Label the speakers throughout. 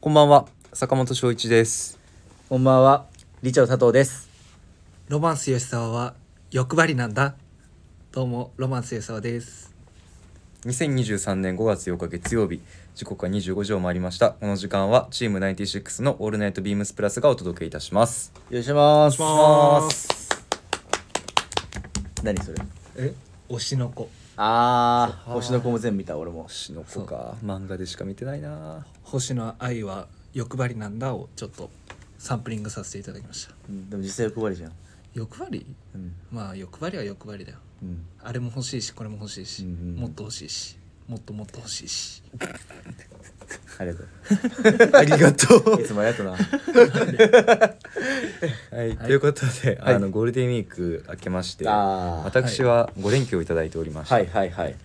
Speaker 1: こんばんは、坂本翔一です。
Speaker 2: こんばんは、理長佐藤です。
Speaker 3: ロマンス吉沢は欲張りなんだ。どうも、ロマンス吉沢です。
Speaker 1: 2023年5月8日月曜日、時刻は25時を回りました。この時間はチーム96のオールナイトビームスプラスがお届けいたします。
Speaker 2: よろしくお願いし
Speaker 3: 願いしま
Speaker 2: 何それ
Speaker 3: え、推しの子。
Speaker 2: ああ、星の子も全部見た、俺も。
Speaker 1: しのこか、漫画でしか見てないな。
Speaker 3: 星の愛は欲張りなんだをちょっとサンプリングさせていただきました。
Speaker 2: うんでも実際欲張りじゃん。
Speaker 3: 欲張り
Speaker 2: うん。
Speaker 3: まあ欲張りは欲張りだよ。
Speaker 2: うん。
Speaker 3: あれも欲しいし、これも欲しいし、
Speaker 2: うんうん
Speaker 3: もっと欲しいし、もっともっと欲しいし。
Speaker 2: ありがと
Speaker 1: ありがとう
Speaker 2: う。いつもありがとうな。
Speaker 1: はい、ということで、あのゴールデンウィーク明けまして
Speaker 2: あー
Speaker 1: 私は5連休をいただいておりました、
Speaker 2: はいはいはい。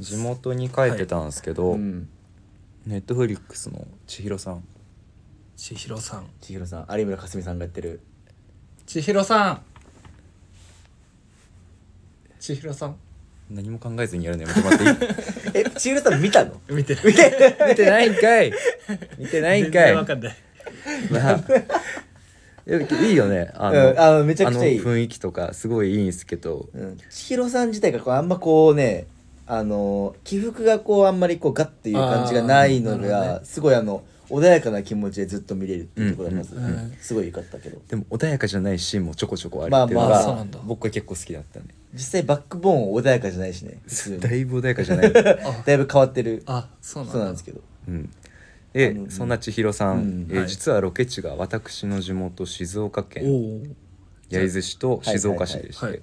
Speaker 1: 地元に帰ってたんですけど、
Speaker 2: うん。
Speaker 1: ネットフリックスの千尋さん
Speaker 3: 千尋さん。
Speaker 2: 千尋さん、有村架純さんがやってる。
Speaker 3: 千尋さん千尋さん
Speaker 1: 何も考えずにやるのやめてもらっていい
Speaker 2: え、千尋さん見たの
Speaker 3: 見てる。
Speaker 2: 見て
Speaker 1: 見てないんかい見てないん
Speaker 3: 全
Speaker 1: かい
Speaker 3: 然わかんない。
Speaker 1: なあ いやいいよねあ
Speaker 2: うんあのめちゃくちゃいい
Speaker 1: あの雰囲気とかすごいいいんですけど
Speaker 2: うん。千尋さん自体がこうあんまこうね、あの、起伏がこうあんまりこうガッていう感じがないの
Speaker 3: あーなるほど
Speaker 2: が、
Speaker 3: ね
Speaker 2: すごいあの、穏やかな気持ちでずっと見れるっていうところがまず、
Speaker 3: うんうん
Speaker 2: すごい良かったけど。
Speaker 1: でも穏やかじゃないシーンもちょこちょこあるっていうの
Speaker 2: まあまあ
Speaker 1: が、
Speaker 2: そうなん
Speaker 3: だ
Speaker 1: 僕は結構好きだったね
Speaker 2: 実際バックボーン穏やかじゃないしね。普 通に
Speaker 1: だいぶ穏やかじゃない
Speaker 2: だいぶ変わってる
Speaker 3: あ、そうなん
Speaker 2: そう
Speaker 3: だ。
Speaker 2: なんですけど
Speaker 1: うん、
Speaker 2: あ
Speaker 1: で
Speaker 2: の
Speaker 1: そんな千尋さん、
Speaker 2: うん
Speaker 1: えー
Speaker 3: はい
Speaker 1: 実はロケ地が私の地元静岡
Speaker 3: お
Speaker 1: 県
Speaker 3: お。
Speaker 1: 焼津市と静岡市でして、
Speaker 3: はい。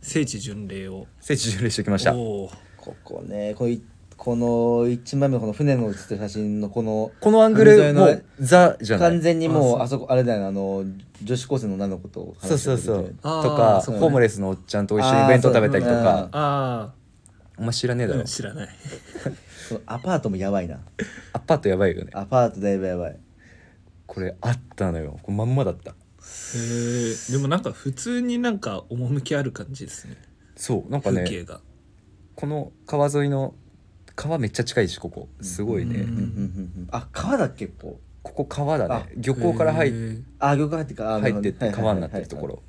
Speaker 3: 聖地巡礼を。
Speaker 1: 聖地巡礼してきましたこ
Speaker 3: おー
Speaker 2: ここねこのいこの1枚目のこの船の写ってる写真のこの
Speaker 1: のアングル
Speaker 2: 海沿い
Speaker 1: も
Speaker 2: の
Speaker 1: うザじゃない
Speaker 2: 完全にもう
Speaker 3: あ
Speaker 2: あそこあれだよねあの女子高生の女の子と
Speaker 1: そう
Speaker 2: 話し
Speaker 1: そ
Speaker 2: て
Speaker 1: う
Speaker 2: る時み
Speaker 1: そ
Speaker 2: たいう
Speaker 1: と
Speaker 3: あー
Speaker 1: か、
Speaker 3: そうね
Speaker 1: ホームレスのおっちゃんと一緒に弁当食べたりと
Speaker 2: あーそう
Speaker 1: か
Speaker 2: ね
Speaker 3: あ
Speaker 1: お前知らねえ
Speaker 3: あ、
Speaker 1: だ
Speaker 3: う
Speaker 1: ろ、
Speaker 3: ん、知らない。
Speaker 2: そのアパートもやばいな
Speaker 1: アパートやばいよね
Speaker 2: アパートだいぶやばい
Speaker 1: これあったのよこれまんまだった
Speaker 3: へえでもなんか普通になんか趣ある感じですね
Speaker 1: そうなんか
Speaker 3: 風景
Speaker 1: ね
Speaker 3: が、
Speaker 1: この川沿いの川めっちゃ近いしここすごいね、
Speaker 3: うん
Speaker 2: うんうんうんうんあ川だっけこ
Speaker 1: こ
Speaker 2: こ
Speaker 1: こ川だね
Speaker 2: あ
Speaker 1: 漁港から入っ
Speaker 3: へ
Speaker 2: あ漁港入ってかあ
Speaker 1: 入ってって
Speaker 2: はいはい
Speaker 1: 川
Speaker 2: はい
Speaker 1: になってるところ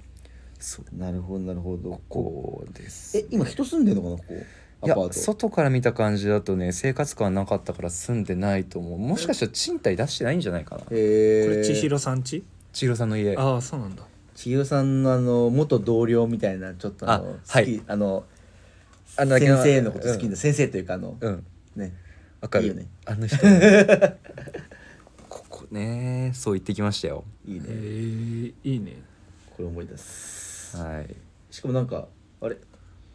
Speaker 1: そう
Speaker 2: なるほどなるほど
Speaker 1: ここです
Speaker 2: え今人住んでるのかなここ
Speaker 1: い
Speaker 2: ア
Speaker 1: や
Speaker 2: パート
Speaker 1: 外から見た感じだとね生活感はなかったから住んでないと思うもしかしたら賃貸出してないんじゃないかな
Speaker 2: へ
Speaker 3: こ
Speaker 2: ー
Speaker 3: れ千尋さんち、
Speaker 1: 千尋さんの家
Speaker 3: ああそうなんだ
Speaker 2: 千尋さんのあの元同僚みたいなちょっとあの
Speaker 1: あ
Speaker 2: 好き、
Speaker 1: はい
Speaker 2: あの
Speaker 1: あの
Speaker 2: 先生のこと好きな、
Speaker 1: うん
Speaker 2: 先生というかあの、
Speaker 1: うん
Speaker 2: ね
Speaker 1: わかる
Speaker 2: いいよね
Speaker 1: あの人 ここねそう言ってきましたよ
Speaker 2: いい
Speaker 3: へ
Speaker 2: ね
Speaker 3: えいいね
Speaker 2: これ思い出す
Speaker 1: はい
Speaker 2: しかもなんかあれ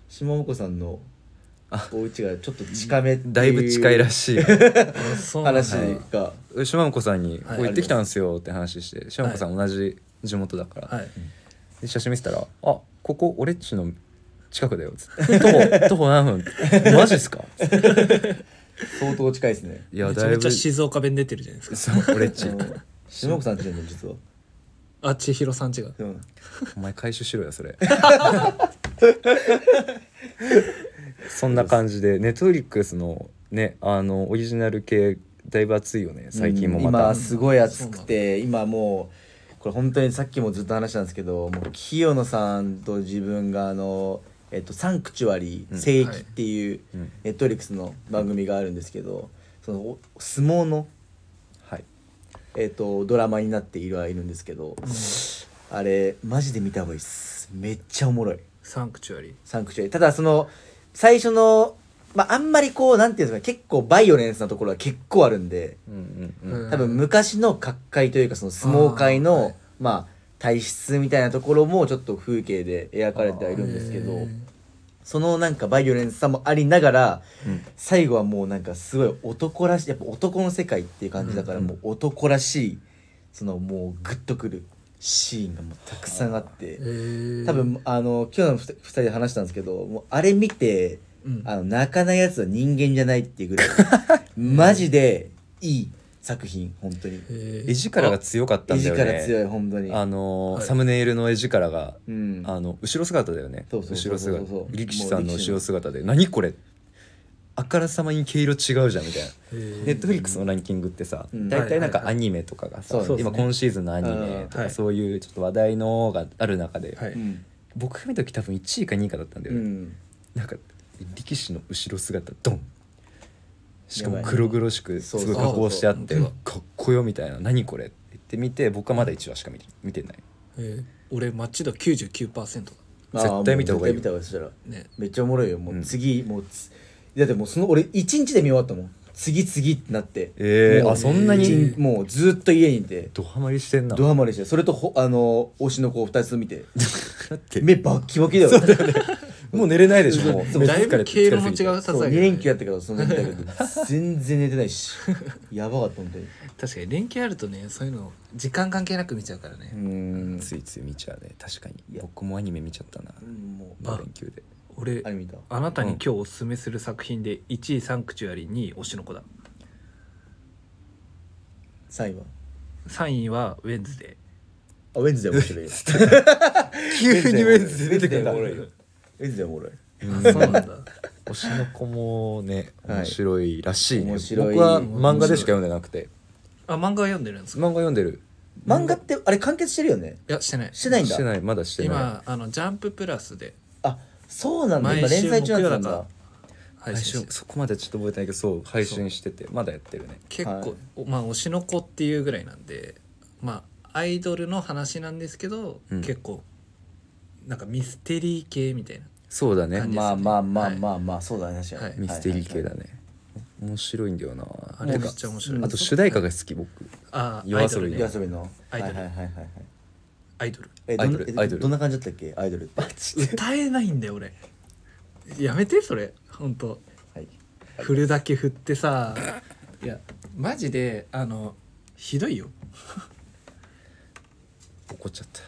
Speaker 2: 島本さんの
Speaker 1: あ
Speaker 2: お家がちょっと近めっていう
Speaker 1: だいぶ近いらしい
Speaker 3: あそうなんだ
Speaker 2: 話が
Speaker 1: 島本さんに「こ
Speaker 3: はいう
Speaker 1: 行ってきたんですよ」って話して島本さん同じ地元だから、
Speaker 3: はい
Speaker 1: で写真見せたら「あここ俺っちの近くだよ」っつって「徒歩 徒歩 何分マジっすか?」
Speaker 2: 相当近いで すね
Speaker 1: いや
Speaker 3: めちゃ
Speaker 1: だい
Speaker 3: めち
Speaker 1: ぶ
Speaker 3: ゃ静岡弁出てるじゃないですか
Speaker 1: そう俺っち
Speaker 2: うん島本さんっていうのも実は
Speaker 3: あ千尋さんちが
Speaker 2: でも
Speaker 1: お前回収しろよそ れそんな感じでネットフリックスのねあのオリジナル系だいぶ熱いよね最近もま
Speaker 2: うん
Speaker 1: た
Speaker 2: 今すごい暑くて今もうこれ本当にさっきもずっと話したんですけどもう清野さんと自分があの、えっと、サンクチュアリ
Speaker 1: う
Speaker 2: ー
Speaker 1: ん
Speaker 2: 聖域っていう
Speaker 1: うん
Speaker 2: ネットリックスの番組があるんですけどそのお相撲の、
Speaker 1: はい
Speaker 2: えっと、ドラマになっているはいるんですけど、あれマジで見た方がいいっすめっちゃおもろい
Speaker 3: サンクチュアリ
Speaker 2: サンクチュアリーただその最初のまああんまりこうなんていうんですか結構バイオレンスなところは結構あるんで。
Speaker 1: うんう
Speaker 3: ー、
Speaker 1: んうん
Speaker 3: うん
Speaker 2: 多分昔の角界というかその相撲界の
Speaker 3: あーはい
Speaker 2: まあ体質みたいなところもちょっと風景で描かれてはいるんですけ
Speaker 3: へ
Speaker 2: ど
Speaker 3: ー
Speaker 2: そのなんかバイオレンスさもありながら、
Speaker 1: うん
Speaker 2: 最後はもうなんかすごい男らしいやっぱ男の世界っていう感じだから
Speaker 1: うんうん
Speaker 2: もう男らしいそのもうグッとくるシーンがもうたくさんあって
Speaker 3: へー
Speaker 2: 多分あの今日の2人で話したんですけどもうあれ見て
Speaker 3: うん
Speaker 2: あの泣かないやつは人間じゃないっていうぐ らいマジでいい作品本当に。
Speaker 3: へー
Speaker 1: 絵力が強かったんだよね
Speaker 2: 絵力強い本当に
Speaker 1: あのー
Speaker 3: はい
Speaker 1: サムネイルの絵力が、
Speaker 2: うん
Speaker 1: あの後ろ姿だよね
Speaker 2: そうそう
Speaker 1: 後
Speaker 2: そう
Speaker 1: ろ
Speaker 2: そう
Speaker 1: 姿
Speaker 2: そうそう
Speaker 1: 力士さんの
Speaker 2: もう力士
Speaker 1: 後
Speaker 2: の
Speaker 1: ろ姿で「何これあからさまに毛色違うじゃんみたいな。ネ
Speaker 3: え
Speaker 1: ットフリックスのランキングってさ、
Speaker 2: うん
Speaker 1: 大体なん
Speaker 3: は
Speaker 1: か
Speaker 3: いはいはい
Speaker 1: アニメとかがさ、
Speaker 2: そうですね
Speaker 1: 今今シーズンのアニメと
Speaker 3: うんは
Speaker 1: か
Speaker 3: い
Speaker 1: そういうちょっと話題のがある中で、
Speaker 3: はい
Speaker 2: うん
Speaker 1: 僕が見た時多分1位か2位かだったんだ
Speaker 2: う
Speaker 1: よね、
Speaker 2: ん
Speaker 1: なんか力士の後ろ姿ドンしかも
Speaker 2: やばい
Speaker 1: 黒々しくす
Speaker 2: そう
Speaker 1: ごい加工してあって
Speaker 3: そう
Speaker 1: うわかっこよみたいな「何これ?」って言ってみて僕はまだ1話しか見て見てない
Speaker 3: え俺マッチ度99%だ
Speaker 2: あー
Speaker 1: 絶対見た方がいい
Speaker 2: もう絶対見た方がいいそしたら
Speaker 3: ね
Speaker 2: めっちゃおもろいよも
Speaker 1: う
Speaker 2: うん次、もうつだってもうその俺一日で見終わったもん次次ってなって
Speaker 1: えー
Speaker 2: もう
Speaker 1: あそんなに
Speaker 2: 一日もうずっと家にいて
Speaker 1: ドハマりしてんな
Speaker 2: ドハマりしてそれとほあの推しの子を2つ 見て
Speaker 1: だって
Speaker 2: 目バッキバキだよ
Speaker 1: もう寝れないでしょもう
Speaker 2: そう
Speaker 1: 目
Speaker 3: だい
Speaker 1: 疲
Speaker 3: ぶ
Speaker 1: れ
Speaker 3: 経路も
Speaker 1: 疲れすぎて
Speaker 3: 違うさ
Speaker 2: そう
Speaker 3: さ
Speaker 2: 2連休やったからその見たけど全然寝てないしやばかった本当に
Speaker 3: 確かに連休あるとねそういうの時間関係なく見ちゃうから
Speaker 2: う
Speaker 3: ね、
Speaker 2: ん
Speaker 1: ついつい見ちゃうね確かに
Speaker 2: いや
Speaker 1: 僕もアニメ見ちゃったな
Speaker 2: もう
Speaker 3: あ
Speaker 1: 連休で
Speaker 3: 俺
Speaker 2: あれ見た
Speaker 3: あなたに今日おすすめする作品で1位サンクチュアリ2位推しの子だ
Speaker 2: 3位は
Speaker 3: 3位はウェンズデ
Speaker 2: あウェンズデー面白 いよ
Speaker 1: 急にウェンズデー出てくる
Speaker 2: ウ
Speaker 1: のおもろいよ
Speaker 2: ェンズデーおもろい
Speaker 3: ーあそうなんだ
Speaker 1: 推しの子もね
Speaker 2: はい
Speaker 1: 面白いらしいね、
Speaker 2: 面白い
Speaker 1: 僕は漫画でしか読んでなくて
Speaker 3: あ漫画は読んでるんですか
Speaker 1: 漫画読んでる
Speaker 2: 漫画ってあれ完結してるよね
Speaker 3: いやしてない
Speaker 2: してないん
Speaker 1: して
Speaker 2: だ
Speaker 1: ないまだしてない
Speaker 3: 今あのジャンププラスで
Speaker 2: あそうなんだ今
Speaker 3: 毎週
Speaker 2: 連載中なん
Speaker 3: 木
Speaker 2: だ
Speaker 3: 曜だか配
Speaker 1: 配
Speaker 3: 信
Speaker 1: 信
Speaker 3: してる
Speaker 1: そこまでちょっと覚えてないけどそう配信しててまだやってるね
Speaker 3: 結
Speaker 2: はい
Speaker 3: 構、おまあ推しの子っていうぐらいなんでまあアイドルの話なんですけど、
Speaker 1: うん
Speaker 3: 結構なんかミステリー系みたいな
Speaker 1: そうだね
Speaker 3: 感じ
Speaker 2: まあまあまあま
Speaker 3: は
Speaker 2: あまあそうだね確か
Speaker 3: はい
Speaker 2: に
Speaker 1: ミステリー系だ
Speaker 2: ね
Speaker 1: ね面白いんだよな
Speaker 3: あれ
Speaker 1: なん
Speaker 3: め
Speaker 1: か
Speaker 3: っちゃ面白い
Speaker 2: うん
Speaker 1: あと主題歌が好き僕
Speaker 3: あ
Speaker 1: 夜遊び
Speaker 3: アイドル
Speaker 1: ね
Speaker 3: ね
Speaker 2: 夜遊びの
Speaker 3: アイドル
Speaker 2: はいはいはいはいはい
Speaker 3: アイドル
Speaker 2: えど
Speaker 1: アイドル
Speaker 2: ん
Speaker 1: ア
Speaker 2: な
Speaker 1: イドル
Speaker 2: どんな感じだったっけアイドルって
Speaker 3: 歌えないんだよ俺やめてそれ本当
Speaker 2: はい
Speaker 3: 振るだけ振ってさいやマジであのひどいよ、、
Speaker 1: 怒っちゃった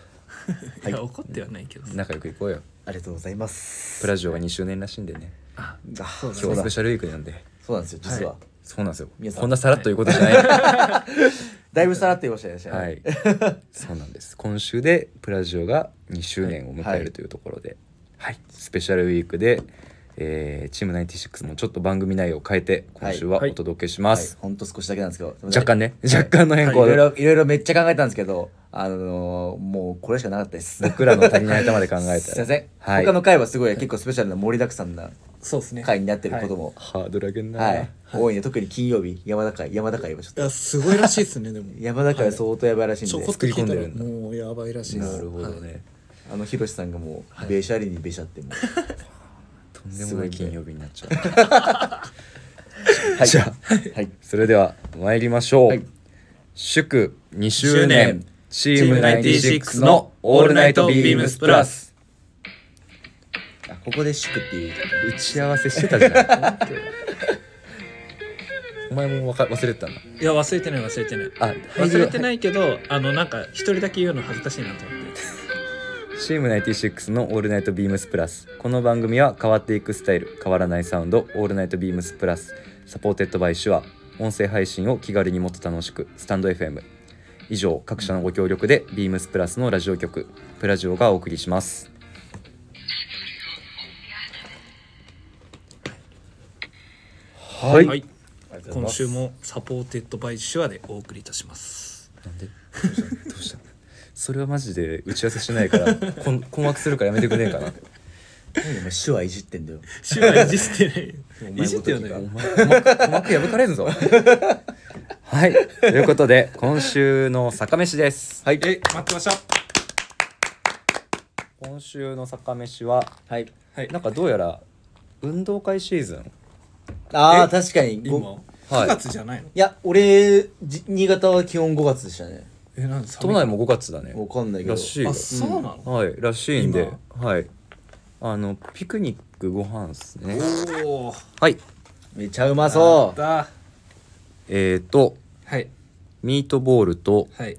Speaker 2: はいい
Speaker 3: や怒ってはないけどさ
Speaker 1: 仲良く行こうよ
Speaker 2: ありがとうございます
Speaker 1: プラジオが2周年らしいんでね
Speaker 3: あ
Speaker 2: あ
Speaker 3: そうだ
Speaker 1: 今日
Speaker 2: そう
Speaker 1: ス
Speaker 2: だ
Speaker 1: ペシャルウィークなんで
Speaker 2: そうなんですよ実は
Speaker 3: は
Speaker 1: そうなんですよ
Speaker 2: 皆さん
Speaker 1: こんなさらっということじゃない
Speaker 2: だいぶさらって言いましたね確かに
Speaker 1: はいそうなんです今週でプラジオが2周年を迎え
Speaker 2: は
Speaker 1: る
Speaker 2: い
Speaker 1: というところで、はいスペシャルウィークで、えー、チーム96もちょっと番組内容を変えて今週は
Speaker 3: はい
Speaker 1: お届けしま
Speaker 2: はい
Speaker 1: す、
Speaker 2: ほんと少しだけなんですけど
Speaker 1: 若干ね 若干の変
Speaker 2: い
Speaker 1: 更で、
Speaker 2: ろいろいろいろめっちゃ考えたんですけどあのーもうこれしかなかったです
Speaker 1: 僕らの足りない頭で考えたら
Speaker 2: すいません、
Speaker 1: はい
Speaker 2: 他の回はすごい結構スペシャルな盛りだくさんな
Speaker 3: そうですね
Speaker 2: 回になってることも、
Speaker 1: ハードル上げんな、
Speaker 2: はい多いね特に金曜日山田会山田会はちょっ
Speaker 3: い
Speaker 2: と
Speaker 3: やすごいらしいですねでも
Speaker 2: 山田会は
Speaker 3: う
Speaker 2: 相当やばいらしいん
Speaker 3: ち
Speaker 2: で、
Speaker 3: ょこっと
Speaker 1: 作り
Speaker 3: 聞
Speaker 1: 込
Speaker 3: い
Speaker 1: ん
Speaker 3: た
Speaker 1: でる
Speaker 3: ら
Speaker 1: んだ
Speaker 3: もうやばいらしいです
Speaker 1: なるほどね、
Speaker 2: あのひろしさんがも
Speaker 3: は
Speaker 2: う
Speaker 3: い
Speaker 2: べしゃりにべしゃってもう
Speaker 1: とんでもない金曜日になっちゃう
Speaker 2: はい
Speaker 1: じゃ
Speaker 2: はい
Speaker 1: それでは参りましょう、
Speaker 2: はい
Speaker 1: 祝2周年チ
Speaker 3: 年
Speaker 1: ーム96の「オールナイトビームスプラス
Speaker 2: あここで祝っていう」
Speaker 1: 打ち合わせしてた じゃんお前もわか忘れてたんだ
Speaker 3: いや忘れてない忘れてない
Speaker 1: あ
Speaker 3: 忘れて
Speaker 1: い
Speaker 3: ないけどあのなんか一人だけ言うの恥ずかしいなと思って
Speaker 1: チーム96の「オールナイトビームスプラス」この番組は変わっていくスタイル変わらないサウンド「オールナイトビームスプラス」サポーテッドバイ手話音声配信を気軽にもっと楽しくスタンド FM 以上各社のご協力でビームスプラスのラジオ局プラジオがお送りしますは
Speaker 3: はいい、今週もサポーテッドバイ手話でお送りいたします
Speaker 1: なんでどうしたどうしたそれはマジで打ち合わせしないからこん困惑するからやめてくれねえかな
Speaker 2: 何お前手話いじってんだよ
Speaker 3: 手話いじって
Speaker 2: お
Speaker 3: ない
Speaker 2: 前
Speaker 3: いじってよね
Speaker 2: ごと
Speaker 1: お前鼓膜鼓膜破かれんぞはいということで今週の坂飯です
Speaker 2: はい
Speaker 3: え待ってました
Speaker 1: 今週の坂飯は
Speaker 2: はい
Speaker 3: はい
Speaker 1: なんかどうやら運動会シーズン
Speaker 2: ああ
Speaker 3: え
Speaker 2: 確かに
Speaker 3: 今
Speaker 2: ご
Speaker 1: はい
Speaker 3: 9月じゃないの、
Speaker 2: いや俺じ新潟は基本5月でしたね
Speaker 3: えなんで寒
Speaker 1: 都
Speaker 3: い
Speaker 1: 内も5月だね
Speaker 2: わかんないけど
Speaker 1: らしいよ
Speaker 3: あそうなの、
Speaker 1: はいらしいんではいあのピクニックご飯っすね
Speaker 3: おお
Speaker 1: はい
Speaker 2: めちゃうまそう
Speaker 3: だ
Speaker 1: えー、と
Speaker 3: はい
Speaker 1: ミートボールと、
Speaker 3: はい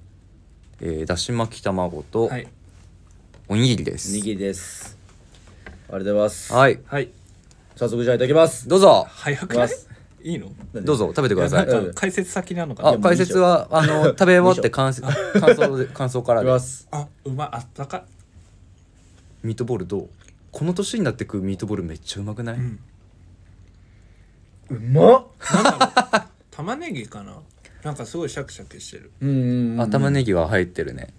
Speaker 1: えーだし巻き卵と
Speaker 3: はい
Speaker 1: おにぎりです、
Speaker 2: にぎりですありがとうございます
Speaker 1: はい
Speaker 3: はい
Speaker 2: 早速じゃあいただきます
Speaker 1: どう ぞ
Speaker 3: 早くない
Speaker 2: いきます
Speaker 3: いいの
Speaker 2: なんで
Speaker 1: どうぞ食べてください
Speaker 3: いやなんか解説先なのか
Speaker 1: あ
Speaker 3: な
Speaker 1: 解説はあの食べ終わって感想感想で感想か
Speaker 2: い
Speaker 1: ら
Speaker 2: き
Speaker 1: で
Speaker 2: ます
Speaker 3: あうまいあったか
Speaker 1: ミートボールどうこの年になってくるミートボールめっちゃうまくない、
Speaker 3: い、うん、
Speaker 2: うまっ
Speaker 4: 玉ねぎかななんかすごいシャキシャキしてる
Speaker 2: うんうんうん
Speaker 1: あ玉ねぎは入ってるね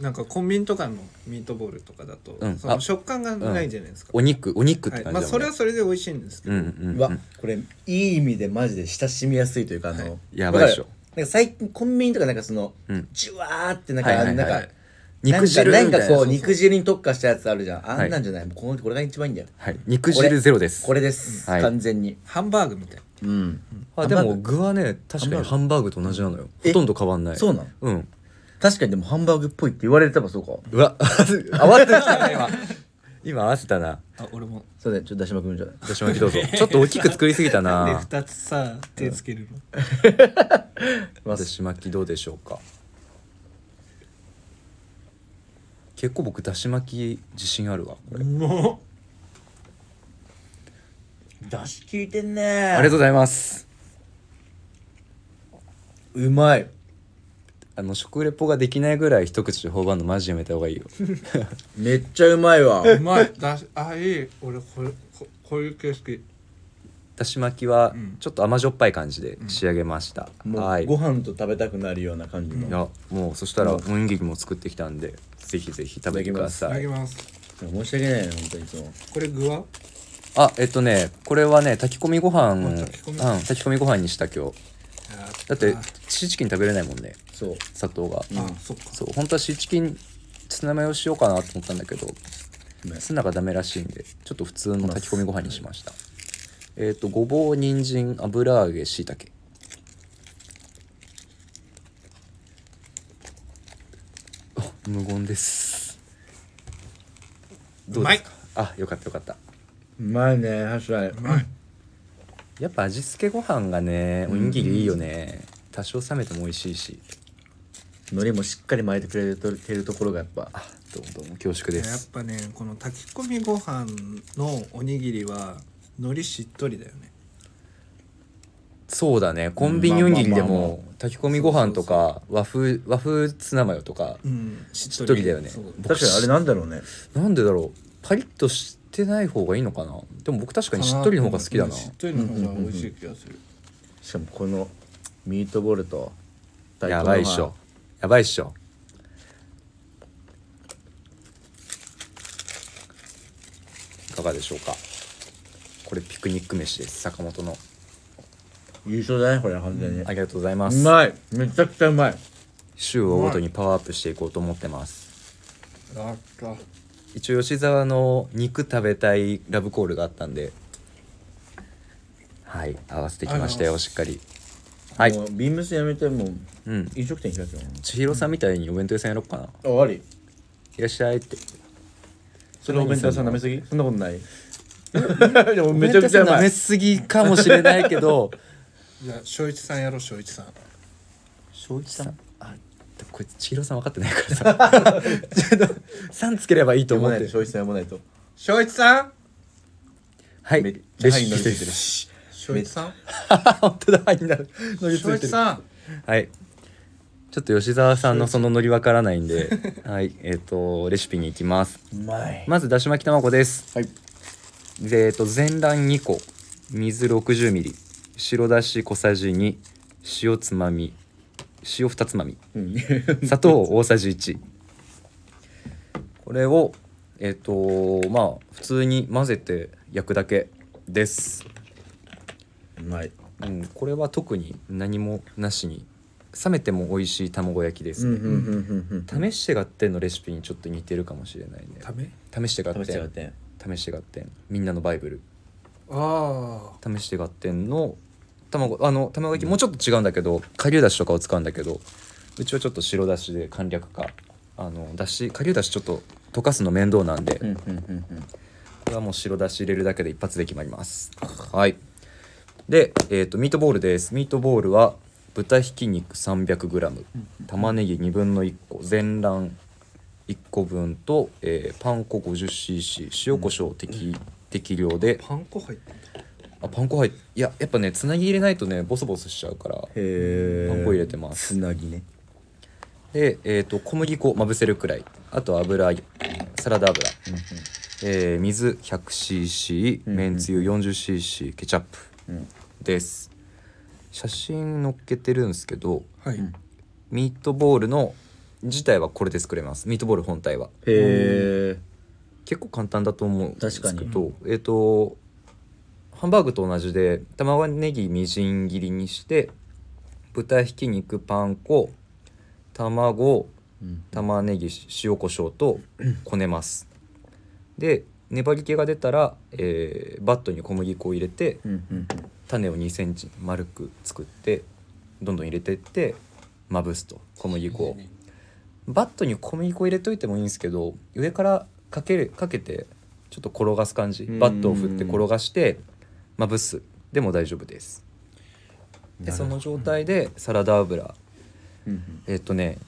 Speaker 4: なんかコンビニとかのミートボールとかだと、
Speaker 1: うん
Speaker 4: その
Speaker 1: あ
Speaker 4: 食感がないじゃないですか、
Speaker 1: お肉お肉って
Speaker 4: はい
Speaker 1: 感
Speaker 4: ま
Speaker 1: じだもん
Speaker 4: あ、
Speaker 1: ね
Speaker 4: それはそれで美味しいんですけ
Speaker 1: う
Speaker 4: ど、
Speaker 1: んうんうん
Speaker 2: うわこれいい意味でマジで親しみやすいというかあの、
Speaker 4: はい
Speaker 1: やばいでしょ
Speaker 2: わかるなんか最近コンビニとかなんかその、
Speaker 1: うん
Speaker 2: ジュワーってなんか、
Speaker 1: はいはいはい
Speaker 2: なんか
Speaker 4: はい
Speaker 1: 肉汁みた
Speaker 2: ないん
Speaker 1: な
Speaker 2: かなんかこ
Speaker 1: そうう
Speaker 2: 肉汁に特化したやつあるじゃん
Speaker 1: い
Speaker 2: あんなんじゃない、もうこのこれが一番いいんだよ
Speaker 1: はい肉汁ゼロです
Speaker 2: これです、
Speaker 1: はい
Speaker 2: 完全に
Speaker 4: ハンバーグみたい
Speaker 2: うん
Speaker 1: あでも具はね確かにハンバーグと同じなのよ
Speaker 2: え
Speaker 1: ほとんど変わんない
Speaker 2: そうなの
Speaker 1: うん
Speaker 2: 確かにでもハンバーグっぽいって言われればそうか
Speaker 1: うわ 慌ててきたね今今合わせたな
Speaker 4: あ俺も
Speaker 2: そうだねちょっと出しまくるんじゃない
Speaker 1: 私もどうぞちょっと大きく作りすぎた
Speaker 4: で
Speaker 1: な
Speaker 4: 2つさ手つけるの、
Speaker 1: だし巻きどうでしょうか結構僕だし巻き自信あるわこれ
Speaker 4: うまっ
Speaker 2: 出し効いてんね
Speaker 1: ありがとうございます
Speaker 2: うまい
Speaker 1: あの食レポができないぐらい一口で頬張るのマジやめた方がいいよ
Speaker 2: めっちゃうまいわ
Speaker 4: うまいだしあいい俺これここういう景色
Speaker 1: だし巻きは
Speaker 4: うん
Speaker 1: ちょっと甘じょっぱい感じで仕上げました、
Speaker 2: も
Speaker 1: は
Speaker 2: う
Speaker 1: い
Speaker 2: ご飯と食べたくなるような感じ
Speaker 1: い
Speaker 2: の、
Speaker 1: やもうそしたらおにぎりも作ってきたんでぜひぜひ食べてくだ
Speaker 4: いた
Speaker 1: さ
Speaker 4: だき
Speaker 1: い
Speaker 4: ます
Speaker 2: 申し訳ないね本当にいつも
Speaker 4: これ具は
Speaker 1: あえっとねこれはね炊き込みご飯
Speaker 4: あ
Speaker 1: うん
Speaker 4: 炊き込み
Speaker 1: 炊き込みご飯にした今日だってシーチキン食べれないもんね
Speaker 2: そう
Speaker 1: 砂糖が、
Speaker 4: あそっか
Speaker 1: そう本当はシーチキンツナマヨしようかなと思ったんだけど
Speaker 2: ね
Speaker 1: ツナがダメらしいんでちょっと普通の炊き込みご飯にしましたえっ、とごぼう人参油揚げしいたけ無言ですど
Speaker 4: う
Speaker 1: う
Speaker 4: ま
Speaker 1: で
Speaker 4: すい
Speaker 1: かあよかったよかった
Speaker 2: うまいね確かに
Speaker 4: うまい
Speaker 1: やっぱ味付けご飯がねおにぎりいいよね多少冷めても美味しいし
Speaker 2: 海苔もしっかり巻いてくれてるところがやっぱ
Speaker 1: あどうもどうも恐縮
Speaker 4: や
Speaker 1: で
Speaker 4: っ
Speaker 1: す
Speaker 4: ぱねこの炊き込みご飯のおにぎりは海苔しっとりだよね
Speaker 1: そうだねコンビニおにぎりで
Speaker 2: まあまあまあ
Speaker 1: も炊き込みご飯とか和風和風ツナマヨとか
Speaker 4: うんし
Speaker 1: しっとりだよね
Speaker 4: そう
Speaker 1: 僕
Speaker 2: 確かにあれなんだろうね
Speaker 1: なんでだろうパリッとしてない方がいいのかなでも僕確かにしっとりの方が好きだな
Speaker 4: しっとりの方が美味しい気がする
Speaker 2: しかもこのミートボールと大根
Speaker 1: や
Speaker 2: の
Speaker 1: ばいっしょやばいっしょいかがでしょうかこれピクニック飯です坂本の
Speaker 2: 優勝だねこれ完全に、
Speaker 1: ありがとうございま
Speaker 2: う
Speaker 1: す
Speaker 2: まいめちゃくちゃうまい
Speaker 1: 週を追うごとにパワーアップしていこうと思ってます
Speaker 4: やった
Speaker 1: 一応吉沢の肉食べたいラブコールがあったんではい合わせてきましたよしっかりはい
Speaker 2: もうビームスやめてもう
Speaker 1: うん
Speaker 2: 飲食店開くよ
Speaker 1: 千尋さんみたいにお弁当屋さんやろっかな
Speaker 2: ああり
Speaker 1: いらっしゃいって
Speaker 2: それお弁当屋さん舐めすぎそんなことない でもめちゃくちゃう
Speaker 1: お弁当屋さん舐
Speaker 2: ま
Speaker 1: め
Speaker 2: い
Speaker 1: すぎかもしれないけ ど
Speaker 4: じゃあ翔一さんやろう翔一さん
Speaker 1: 正一さんあでもこいつ千尋さん分かってないからさちょっと「さん」つければいいと
Speaker 2: 読
Speaker 1: 思
Speaker 2: ま
Speaker 1: っ
Speaker 2: な
Speaker 1: て
Speaker 2: いと消費さん読まないと
Speaker 4: 翔一さん
Speaker 1: はい
Speaker 2: めっち
Speaker 1: レ
Speaker 2: ゃ範
Speaker 1: シ
Speaker 2: 囲乗
Speaker 1: ピ
Speaker 2: り
Speaker 1: で
Speaker 2: ついてる
Speaker 1: す
Speaker 4: 翔一さん
Speaker 1: 本当だはいなる乗りついて
Speaker 4: 翔
Speaker 1: る
Speaker 4: 一さん
Speaker 1: はい。ちょっと吉沢さんのそのノリわからないん で、はい、えっ、とレシピに行きます。
Speaker 2: うまい
Speaker 1: まずだし巻き卵です。
Speaker 2: はい
Speaker 1: で、えっ、と全卵2個、水60ミリ、白だし小さじ2、塩つまみ、塩2つまみ、
Speaker 2: うん
Speaker 1: 砂糖大さじ1。これをえっ、とまあ普通に混ぜて焼くだけです。
Speaker 2: うまい
Speaker 1: うん、これは特に何もなしに冷めても美味しい卵焼きですね。
Speaker 2: うんうんうんうん
Speaker 1: 試してがってんのレシピにちょっと似てるかもしれない
Speaker 4: た
Speaker 1: ね
Speaker 4: め
Speaker 1: 試してがって
Speaker 2: 試してやっ
Speaker 1: ん
Speaker 2: て
Speaker 1: 試してがってんみんなのバイブル
Speaker 4: ああ
Speaker 1: 試してがってんの卵あの卵焼きもうちょっと違うんだけど顆粒だしとかを使うんだけどうちはちょっと白だしで簡略化あのだし顆粒だしちょっと溶かすの面倒なんで、
Speaker 2: うんうんうんうん
Speaker 1: これはもう白だし入れるだけで一発で決まりますはいで、えー、とミートボールですミートボールは豚ひき肉 300g 玉ねぎ2分の1個全卵1個分と、えーパン粉 50cc 塩コショウ適,、適量で
Speaker 4: パン粉入ってんだ
Speaker 1: あパン粉入っいややっぱねつなぎ入れないとねボソボソしちゃうから
Speaker 2: へえ
Speaker 1: パン粉入れてます
Speaker 2: つなぎね
Speaker 1: で、えー、と小麦粉まぶせるくらいあと油揚げサラダ油、えー水 100cc
Speaker 2: うんうん
Speaker 1: めんつゆ 40cc ケチャップ
Speaker 2: うん
Speaker 1: です写真載っけてるんですけど
Speaker 4: はい、
Speaker 2: うん
Speaker 1: ミートボールの自体はこれで作れますミートボール本体は
Speaker 2: へえ
Speaker 1: 結構簡単だと思うんですけど
Speaker 2: 確
Speaker 1: えっ、とハンバーグと同じで玉ねぎみじん切りにして豚ひき肉パン粉卵玉ねぎ塩コショウとこねますで粘り気が出たら、えーバットに小麦粉を入れて
Speaker 2: うんうん
Speaker 1: 種を2センチ丸く作ってどんどん入れてってまぶすと小麦粉をバットに小麦粉入れといてもいいんですけど上からかけるかけてちょっと転がす感じ
Speaker 2: うん
Speaker 1: バットを振って転がしてまぶすでも大丈夫ですで
Speaker 2: なる
Speaker 1: そ
Speaker 2: ほ
Speaker 1: の状態でサラダ油
Speaker 2: うんうん
Speaker 1: えっとね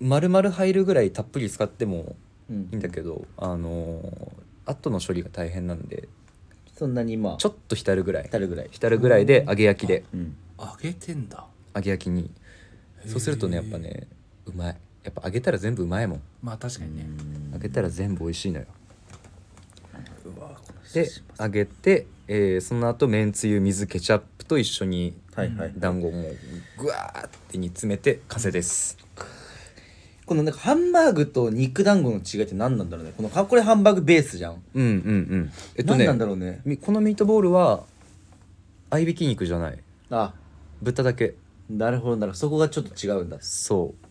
Speaker 1: 丸々入るぐらいたっぷり使っても
Speaker 2: うん
Speaker 1: いいんだけどあのー後の処理が大変なんで
Speaker 2: そんなにまあ
Speaker 1: ちょっと浸るぐらい
Speaker 2: 浸るぐらい
Speaker 1: 浸るぐらいで揚げ焼きで
Speaker 2: うん
Speaker 4: 揚げてんだ
Speaker 1: 揚げ焼きに
Speaker 4: へー
Speaker 1: そうするとねやっぱねうまいやっぱ揚げたら全部うまいもん
Speaker 4: まあ確かにね、
Speaker 1: 揚げたら全部美味しいのよ
Speaker 2: うわこの人
Speaker 1: で揚げて、えーその後めんつゆ水ケチャップと一緒に
Speaker 2: はいはい
Speaker 1: 団子もぐわーって煮詰めて完成です
Speaker 2: このなんかハンバーグと肉団子の違いって何なんだろうねこのこれハンバーグベースじゃん
Speaker 1: うんうんうんえっと
Speaker 2: 何
Speaker 1: ね
Speaker 2: なんだろうね
Speaker 1: みこのミートボールは合いびき肉じゃない
Speaker 2: あ
Speaker 1: 豚だけ
Speaker 2: なるほどなるほどそこがちょっと違うんだ
Speaker 1: そう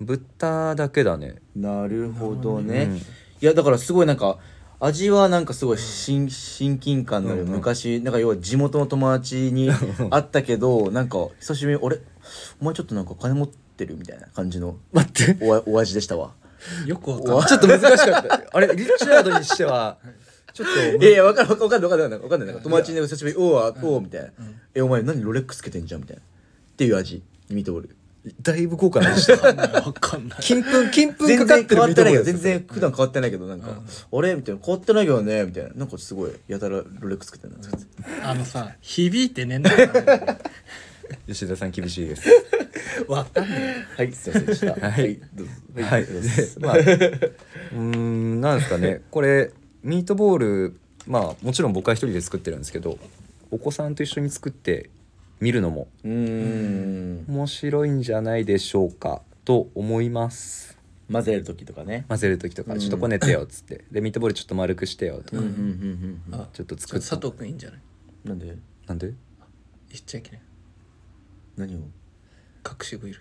Speaker 1: 豚だけだね
Speaker 2: なるほど
Speaker 1: う
Speaker 2: ね
Speaker 1: ん
Speaker 2: いやだからすごいなんか味はなんかすごい親親近感のある
Speaker 1: うんうん
Speaker 2: 昔なんか要は地元の友達 に会ったけどなんか久しぶりに「俺お前ちょっとなんか金持ってる?」みたいな感じの
Speaker 1: 待って
Speaker 2: おわお味でしたわ
Speaker 4: よくわかん
Speaker 1: お
Speaker 4: ない
Speaker 1: ちょっと難しかったあれリチャードにしてはちょっと
Speaker 2: いやいや分かる分かる分かる分かる分かるなんか友達に久しぶりに「おうあおう」みたいな「えお前何ロレックスつけてんじゃん」みたいなっていう味ミートボール
Speaker 1: だいぶ豪華な味だ
Speaker 4: わかんない
Speaker 1: 金粉金粉
Speaker 2: 全
Speaker 1: かかっ
Speaker 2: 然
Speaker 1: て
Speaker 2: 変
Speaker 1: る
Speaker 2: わってないけ
Speaker 1: ビートボールですよ
Speaker 2: ど全然普段変わってないけどなんか「あれ?」みたいな「変わってないけどね」みたいななんかすごいやたらロレックスつけてんなとかって
Speaker 4: あのさ響いてねえんだよ
Speaker 1: 吉田さん厳しいです
Speaker 4: わかんない
Speaker 2: はい、すいませんでした。はい、どうぞ。
Speaker 1: はい、で まあうーんなんですかねこれミートボールまあもちろん僕は一人で作ってるんですけどお子さんと一緒に作ってみるのも
Speaker 2: うーん。
Speaker 1: 面白いんじゃないでしょうかと思います
Speaker 2: 混ぜる時とかね。
Speaker 1: 混ぜる時とか「
Speaker 2: うん
Speaker 1: ちょっとこねてよ」っつって「でミートボールちょっと丸くしてよ」と
Speaker 2: うん
Speaker 1: か
Speaker 2: うんうんうん。
Speaker 4: あ
Speaker 1: ちょっと
Speaker 4: ちょ
Speaker 1: 作
Speaker 4: っと
Speaker 1: っ
Speaker 4: 佐
Speaker 1: て
Speaker 4: 藤君いいんじゃない
Speaker 2: なんで
Speaker 1: なんで
Speaker 4: 言っちゃいけない
Speaker 2: 何を
Speaker 4: 隠し子いる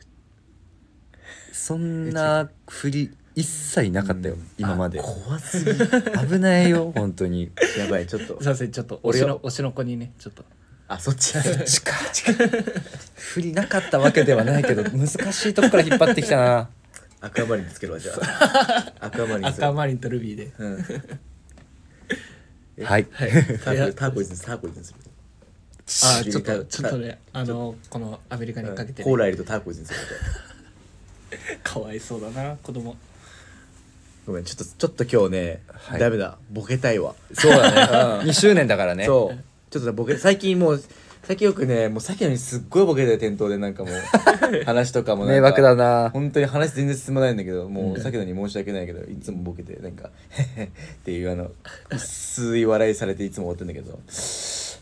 Speaker 1: そんな振り一切なかったよ今まで
Speaker 2: 怖すぎ。や
Speaker 1: 危ないよ本当に
Speaker 2: ばい、ちょ っと
Speaker 4: すい。ませんちょっと推
Speaker 2: 俺
Speaker 4: し
Speaker 2: は
Speaker 4: の推しの子にねちょっと
Speaker 2: あ、そっち。
Speaker 1: 近い 振りなかったわけではないけど難しいとこから引っ張ってきたな
Speaker 2: 赤マリンつけるわ、じゃあ。赤マリンつけ
Speaker 4: 赤
Speaker 2: る。
Speaker 4: マリンとルビーで
Speaker 2: うん。え
Speaker 1: はい、
Speaker 2: タ
Speaker 4: い
Speaker 2: ー
Speaker 4: や
Speaker 2: コターコイズにする、ターコイズにする。
Speaker 4: あ
Speaker 2: 知
Speaker 4: ー
Speaker 2: り
Speaker 4: ちょったとちょっとねあのこのアメリカにかけてね
Speaker 2: コーラ入れとターコイズにする。
Speaker 4: かわいそうだな子供
Speaker 2: ごめん、ちょっと、ちょっと今日ね
Speaker 1: は、い
Speaker 2: ダメだ。ボケたいわ。
Speaker 1: そう だね2周年だからね
Speaker 2: そうちょっとねボケ最近もう最近よくねもうさっきのにすっごいボケて店頭でなんかもう話とかもなん
Speaker 1: 迷
Speaker 2: か
Speaker 1: 惑だな
Speaker 2: 本当に話全然進まないんだけどもうさっきのに申し訳ないけどいつもボケてなんかっていうあの薄い笑いされていつも終わってんだけど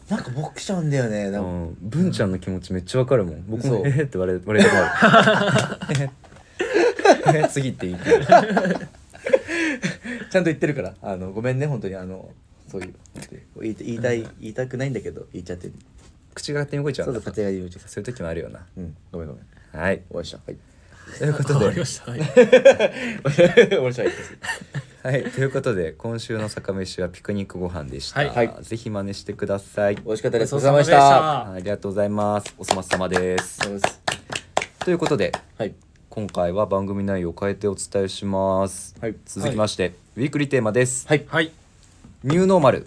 Speaker 2: なんかボケちゃうんだよね
Speaker 1: う
Speaker 2: なんか
Speaker 1: ん文ちゃんの気持ちめっちゃわかるもん僕
Speaker 2: そ
Speaker 1: も「
Speaker 2: う
Speaker 1: えへ」って笑われてた えへ 次っていいから
Speaker 2: ちゃんと言ってるからあのごめんね本当にあのそういう言い言いたい言いたくないんだけど言っちゃってる
Speaker 1: 口が勝手に動いちゃ
Speaker 2: そううんそ
Speaker 1: だ
Speaker 2: う家庭が言うちゃ
Speaker 1: そういう時もあるよな
Speaker 2: うんごめんごめん
Speaker 1: はい
Speaker 2: 終わりましたはい
Speaker 1: ということ
Speaker 4: 変わり
Speaker 1: で
Speaker 4: ましたはい
Speaker 2: 終わりましたはい
Speaker 1: はいということで今週の坂飯はピクニックご飯でした、
Speaker 4: はい
Speaker 2: はい
Speaker 1: ぜひ真似してください
Speaker 2: 美味しかったです
Speaker 4: ごちそ
Speaker 2: ごちそうう
Speaker 4: さ
Speaker 2: さ
Speaker 4: まで
Speaker 2: まで
Speaker 4: し
Speaker 2: したた
Speaker 1: ありがとうございますお粗末様です
Speaker 2: そうです
Speaker 1: ということで
Speaker 2: はい
Speaker 1: 今回は番組内容を変えてお伝えします、
Speaker 2: はい
Speaker 1: 続きまして、ウィークリーテーマです、
Speaker 2: はい
Speaker 4: はい
Speaker 1: ニューノーマル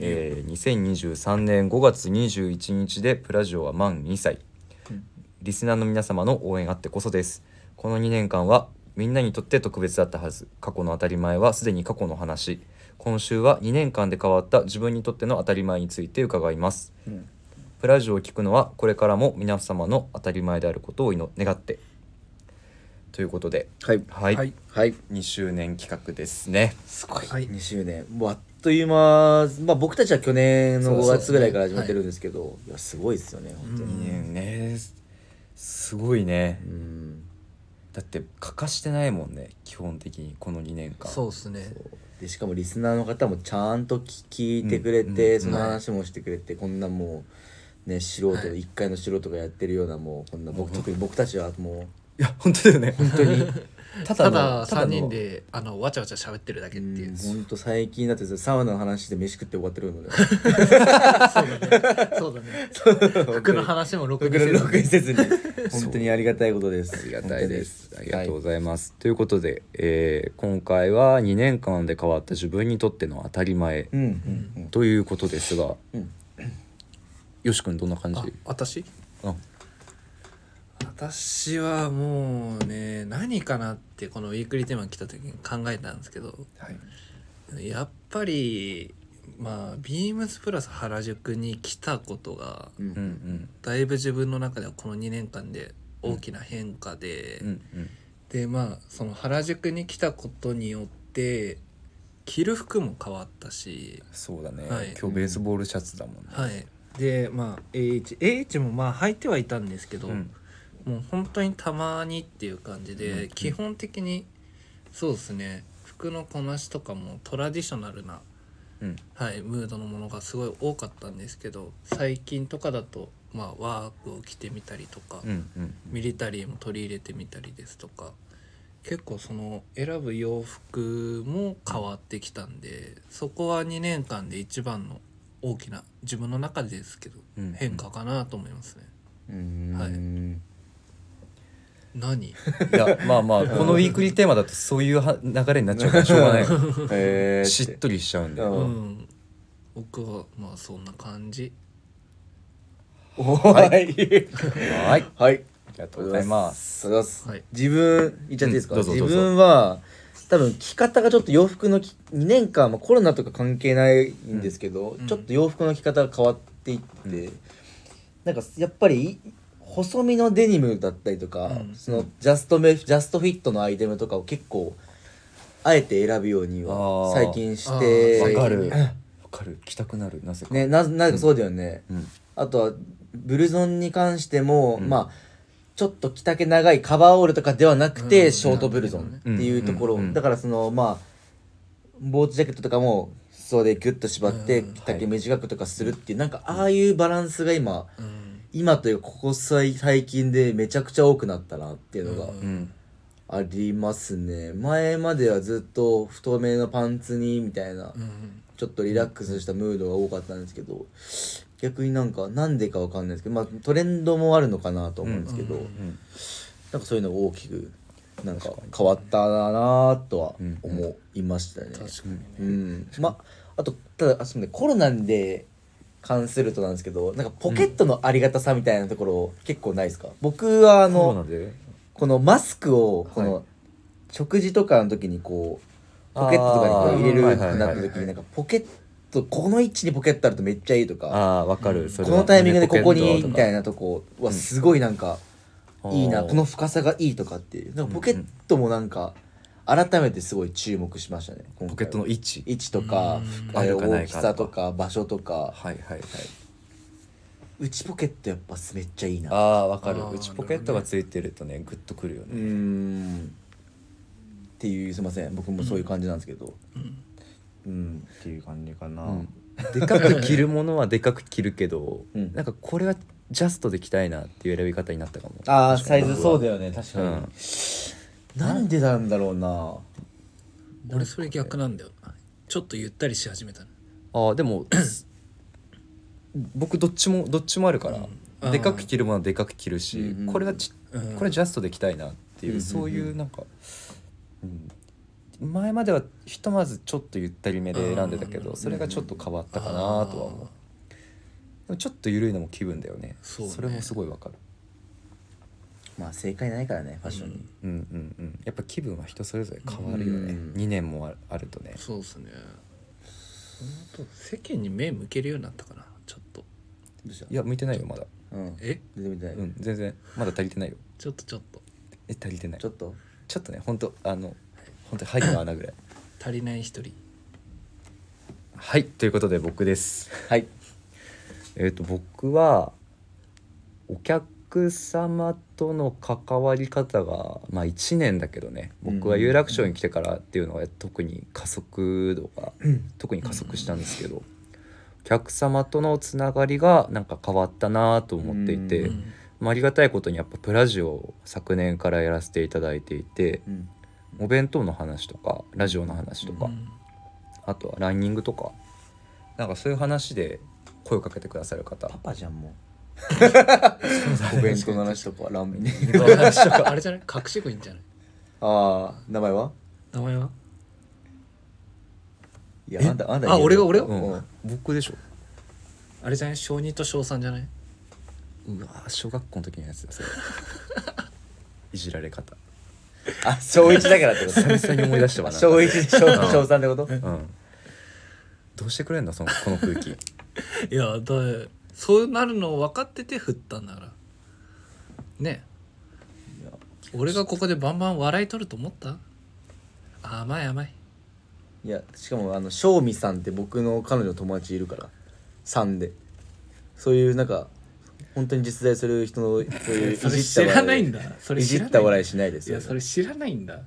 Speaker 1: えー、2023年5月21日でプラジオは満2歳リスナーの皆様の応援あってこそですこの2年間はみんなにとって特別だったはず過去の当たり前はすでに過去の話今週は2年間で変わった自分にとっての当たり前について伺います
Speaker 2: うん
Speaker 1: プラジオを聞くのはこれからも皆様の当たり前であることを祈願ってということで、
Speaker 2: はい
Speaker 1: はい、
Speaker 3: はい
Speaker 2: はい
Speaker 1: 2周年企画ですね。
Speaker 2: すごい、
Speaker 3: はい
Speaker 2: 2周年もうあっという間、まあ、僕たちは去年の5
Speaker 3: そうそう
Speaker 2: 月ぐらいから始まってるんですけどい、やすごいですよね本当
Speaker 1: 2
Speaker 2: に、
Speaker 1: 年ね、すごいね。
Speaker 2: うん
Speaker 1: だって欠かしてないもんね、基本的にこの2年間。
Speaker 3: そうですね
Speaker 2: でしかもリスナーの方もちゃんと聞いてくれて、
Speaker 1: うんうん
Speaker 2: その話もしてくれて、こんなもうね素人で一回の素人がやってるようなもうこんな僕特に僕たちはも
Speaker 1: いや本当だよね。
Speaker 2: う本当に
Speaker 1: ただ
Speaker 3: た
Speaker 1: の
Speaker 3: だ
Speaker 1: ただ
Speaker 3: 3
Speaker 1: の
Speaker 3: 人であのわちゃわちゃ喋ってるだけっていう
Speaker 2: 本当最近だってサウナの話で飯食って終わってるので
Speaker 3: そうだね服の話も録
Speaker 2: 僕
Speaker 3: 音
Speaker 2: ら
Speaker 3: して
Speaker 2: 録
Speaker 3: る
Speaker 2: 音せずに本当にありがたいことですあり
Speaker 1: ありがたいです。ありがとうございます。ということで、えー今回は2年間で変わった自分にとっての当たり前
Speaker 2: うんうん
Speaker 1: ということですが、
Speaker 2: うん
Speaker 1: よし君どんな感じ
Speaker 3: あ？私
Speaker 1: あ
Speaker 3: 私はもうね何かなってこのウィークリーテーマ来た時に考えたんですけど
Speaker 2: はい
Speaker 3: やっぱりまあビームスプラス原宿に来たことが
Speaker 2: う
Speaker 1: うんん
Speaker 3: だいぶ自分の中ではこの2年間で大きな変化で、
Speaker 1: うんうんうん
Speaker 3: でまあその原宿に来たことによって着る服も変わったし
Speaker 1: そうだね。
Speaker 3: はい
Speaker 1: 今日ベースボールシャツだもんね。
Speaker 3: はいでまあ AHAH もまあ履いてはいたんですけど、
Speaker 1: うん
Speaker 3: もう本当にたまにっていう感じで、
Speaker 1: うん
Speaker 3: 基本的にそうですね服のこなしとかもトラディショナルな、
Speaker 1: うん
Speaker 3: はい、ムードのものがすごい多かったんですけど最近とかだと、まあ、ワークを着てみたりとか、
Speaker 1: うんうん
Speaker 3: ミリタリーも取り入れてみたりですとか結構その選ぶ洋服も変わってきたんでそこは2年間で一番の大きな自分の中でですけど
Speaker 1: うんうん
Speaker 3: 変化かなと思いますね。
Speaker 2: うん
Speaker 3: はい何
Speaker 1: いやまあまあこのウィークリーテーマだとそういうは流れになっちゃうからしょうがない。
Speaker 2: えー
Speaker 1: しっとりしちゃうんで。
Speaker 2: うん
Speaker 3: うん、僕はまあそんな感じ
Speaker 2: はい
Speaker 1: はい。
Speaker 2: はい
Speaker 1: ありがとうございます。
Speaker 2: す。ありがとうございます。
Speaker 3: はい
Speaker 2: 自分言っちゃっていいですか、
Speaker 1: うんどうぞ
Speaker 2: 自分は多分着方がちょっと洋服のき2年間、まあ、コロナとか関係ないんですけど、
Speaker 3: ん
Speaker 2: ちょっと洋服の着方が変わっていって、なんかやっぱり細身のデニムだったりとか、
Speaker 3: うん
Speaker 2: そのジャストメジャストフィットのアイテムとかを結構あえて選ぶように
Speaker 1: あ
Speaker 2: は
Speaker 1: ー
Speaker 2: 最近し
Speaker 3: え
Speaker 2: て
Speaker 3: ー
Speaker 1: わか
Speaker 3: う
Speaker 1: る。
Speaker 3: ん
Speaker 1: わかる。着たくなるなぜか。
Speaker 2: ね、ななぜかそうだよね。
Speaker 1: うん。
Speaker 2: あとはブルゾンに関しても、
Speaker 1: うん
Speaker 2: まあちょっと着丈長いカバーオールとかではなくて、
Speaker 3: うん
Speaker 2: ショートブルゾンっていうところ、
Speaker 1: うんうんうん
Speaker 2: だからそのまあボーチジャケットとかも裾でギュッと縛って、
Speaker 3: うん
Speaker 2: 着丈短くとかするっていう、なんかああいうバランスが今
Speaker 3: うん
Speaker 2: 今というかここ最最近でめちゃくちゃ多くなったなっていうのが
Speaker 1: うん。
Speaker 2: ありますね、前まではずっと太めのパンツにみたいな、
Speaker 3: うん
Speaker 2: ちょっとリラックスしたムードが多かったんですけど逆になんかなんでかわかんないですけど、まあ、トレンドもあるのかなと思うんですけど、
Speaker 3: うんうん
Speaker 1: うん
Speaker 2: なんかそういうのが大きくなんか変わったなとは
Speaker 1: うん
Speaker 2: 思いましたね。
Speaker 3: 確かにね、
Speaker 2: うん、まあとただあそう、ね、コロナで関するとなんですけどなんかポケットのありがたさみたいなところ結構ないですか、僕はあ
Speaker 1: そうな
Speaker 2: の
Speaker 1: んで。
Speaker 2: このマスクをこ
Speaker 1: はい
Speaker 2: の食事とかの時にこうポケットとかにこう入れる
Speaker 1: あー
Speaker 2: ってなった時になんかポケットこの位置にポケットあるとめっちゃいいとか
Speaker 1: ああーわかる、そ
Speaker 2: こ
Speaker 1: れは
Speaker 2: のタイミングでここにみたい
Speaker 1: な
Speaker 2: なとこはすごいなんかいいな、
Speaker 1: うん
Speaker 2: この深さがいいとかっていうなんかポケットもなんか改めてすごい注目しましたね今回
Speaker 1: ポケットの位置
Speaker 2: 位置とか
Speaker 1: うん
Speaker 2: えー
Speaker 1: あるかないか
Speaker 2: 大きさとか場所とか
Speaker 1: はいはいはい
Speaker 2: 内ポケットやっぱめっちゃいいな
Speaker 1: ああーわかる
Speaker 3: あー
Speaker 1: うちポケットがついてるとねグッとくるよ
Speaker 2: う
Speaker 1: ね、
Speaker 2: んっていうすいません僕もそういう感じなんですけど
Speaker 3: うん
Speaker 2: うんっていう感じかな
Speaker 1: でかく着るものはでかく着るけど、
Speaker 2: うん
Speaker 1: なんかこれはジャストで着たいなっていう選び方になったかも
Speaker 2: ああサイズそうだよね確
Speaker 1: う
Speaker 2: かに、
Speaker 1: ん、
Speaker 2: なんでなんだろうな
Speaker 3: 俺それ逆なんだよなちょっとゆったりし始めたの
Speaker 1: ああでも僕どっちもどっちもあるから、
Speaker 3: うん
Speaker 1: でかく着るものはでかく着るし、
Speaker 2: うんうん
Speaker 1: これはち
Speaker 3: うん
Speaker 1: これはジャストで着たいなっていう、
Speaker 2: うんうんうん
Speaker 1: そういうなんか、うん、前まではひとまずちょっとゆったりめで選んでたけど、
Speaker 3: うん
Speaker 1: それがちょっと変わったかなとは思う、でもちょっと緩いのも気分だよね
Speaker 3: そうね
Speaker 1: れもすごいわかる
Speaker 2: まあ正解ないからねファッションに、
Speaker 1: うんうんうんやっぱ気分は人それぞれ変わるよね、
Speaker 2: うん
Speaker 1: 2年もあるあるとね
Speaker 3: そうですねほんと世間に目向けるようになったかなちょっと
Speaker 2: どうした
Speaker 1: いや向いてないよまだ
Speaker 2: うん
Speaker 3: え
Speaker 2: 出てみたい、
Speaker 1: うん全然まだ足りてないよ
Speaker 3: ちょっとちょっと
Speaker 1: え足りてない
Speaker 2: ちょっと
Speaker 1: ちょっとね本当あの本当に萩の穴ぐらい
Speaker 3: 足りない一人
Speaker 1: はいということで僕です
Speaker 2: はい
Speaker 1: えっ、と僕はお客様との関わり方がまあ1年だけどね僕は有楽町に来てからっていうのは特に加速度が、特に加速したんですけど、お客様とのつながりがなんか変わったなと思っていて、
Speaker 2: え
Speaker 3: うん
Speaker 1: まあ、ありがたいことにやっぱプラジオを昨年からやらせていただいていて
Speaker 2: うん
Speaker 1: お弁当の話とかラジオの話とか、
Speaker 3: うん
Speaker 1: あとはランニングとかなんかそういう話で声をかけてくださる方
Speaker 2: パパじゃんもう お弁当の話とかラーメン
Speaker 3: あれじゃない隠し子いいんじゃない
Speaker 2: ああ名前は
Speaker 3: 名前はい
Speaker 2: やあんたあんた
Speaker 3: あ俺が俺が
Speaker 2: うん
Speaker 1: うん、僕でしょ
Speaker 3: あれじゃない小2と小3じゃないう
Speaker 1: わー小学校の時のやつだそ れいじられ方
Speaker 2: あ小一だからって こと
Speaker 1: 久々に思い出したわな
Speaker 2: 小一小小三ってこと
Speaker 1: うんどうしてくれんだそのこの空気
Speaker 3: いやだそうなるのを分かってて振ったんだからね俺がここでバンバン笑い取ると思った甘い甘い
Speaker 2: いやしかもあの正味さんって僕の彼女の友達いるから3でそういうなんか本当に実在する人のそう いうい
Speaker 3: それ
Speaker 2: じった
Speaker 3: 知
Speaker 2: 笑い
Speaker 3: らないんだそれ
Speaker 2: い
Speaker 3: 知
Speaker 2: じ
Speaker 3: ら
Speaker 2: っ
Speaker 3: ない
Speaker 2: た
Speaker 3: んだ
Speaker 2: 笑いしないで
Speaker 3: い
Speaker 2: すよ
Speaker 3: やそれ知らないんだ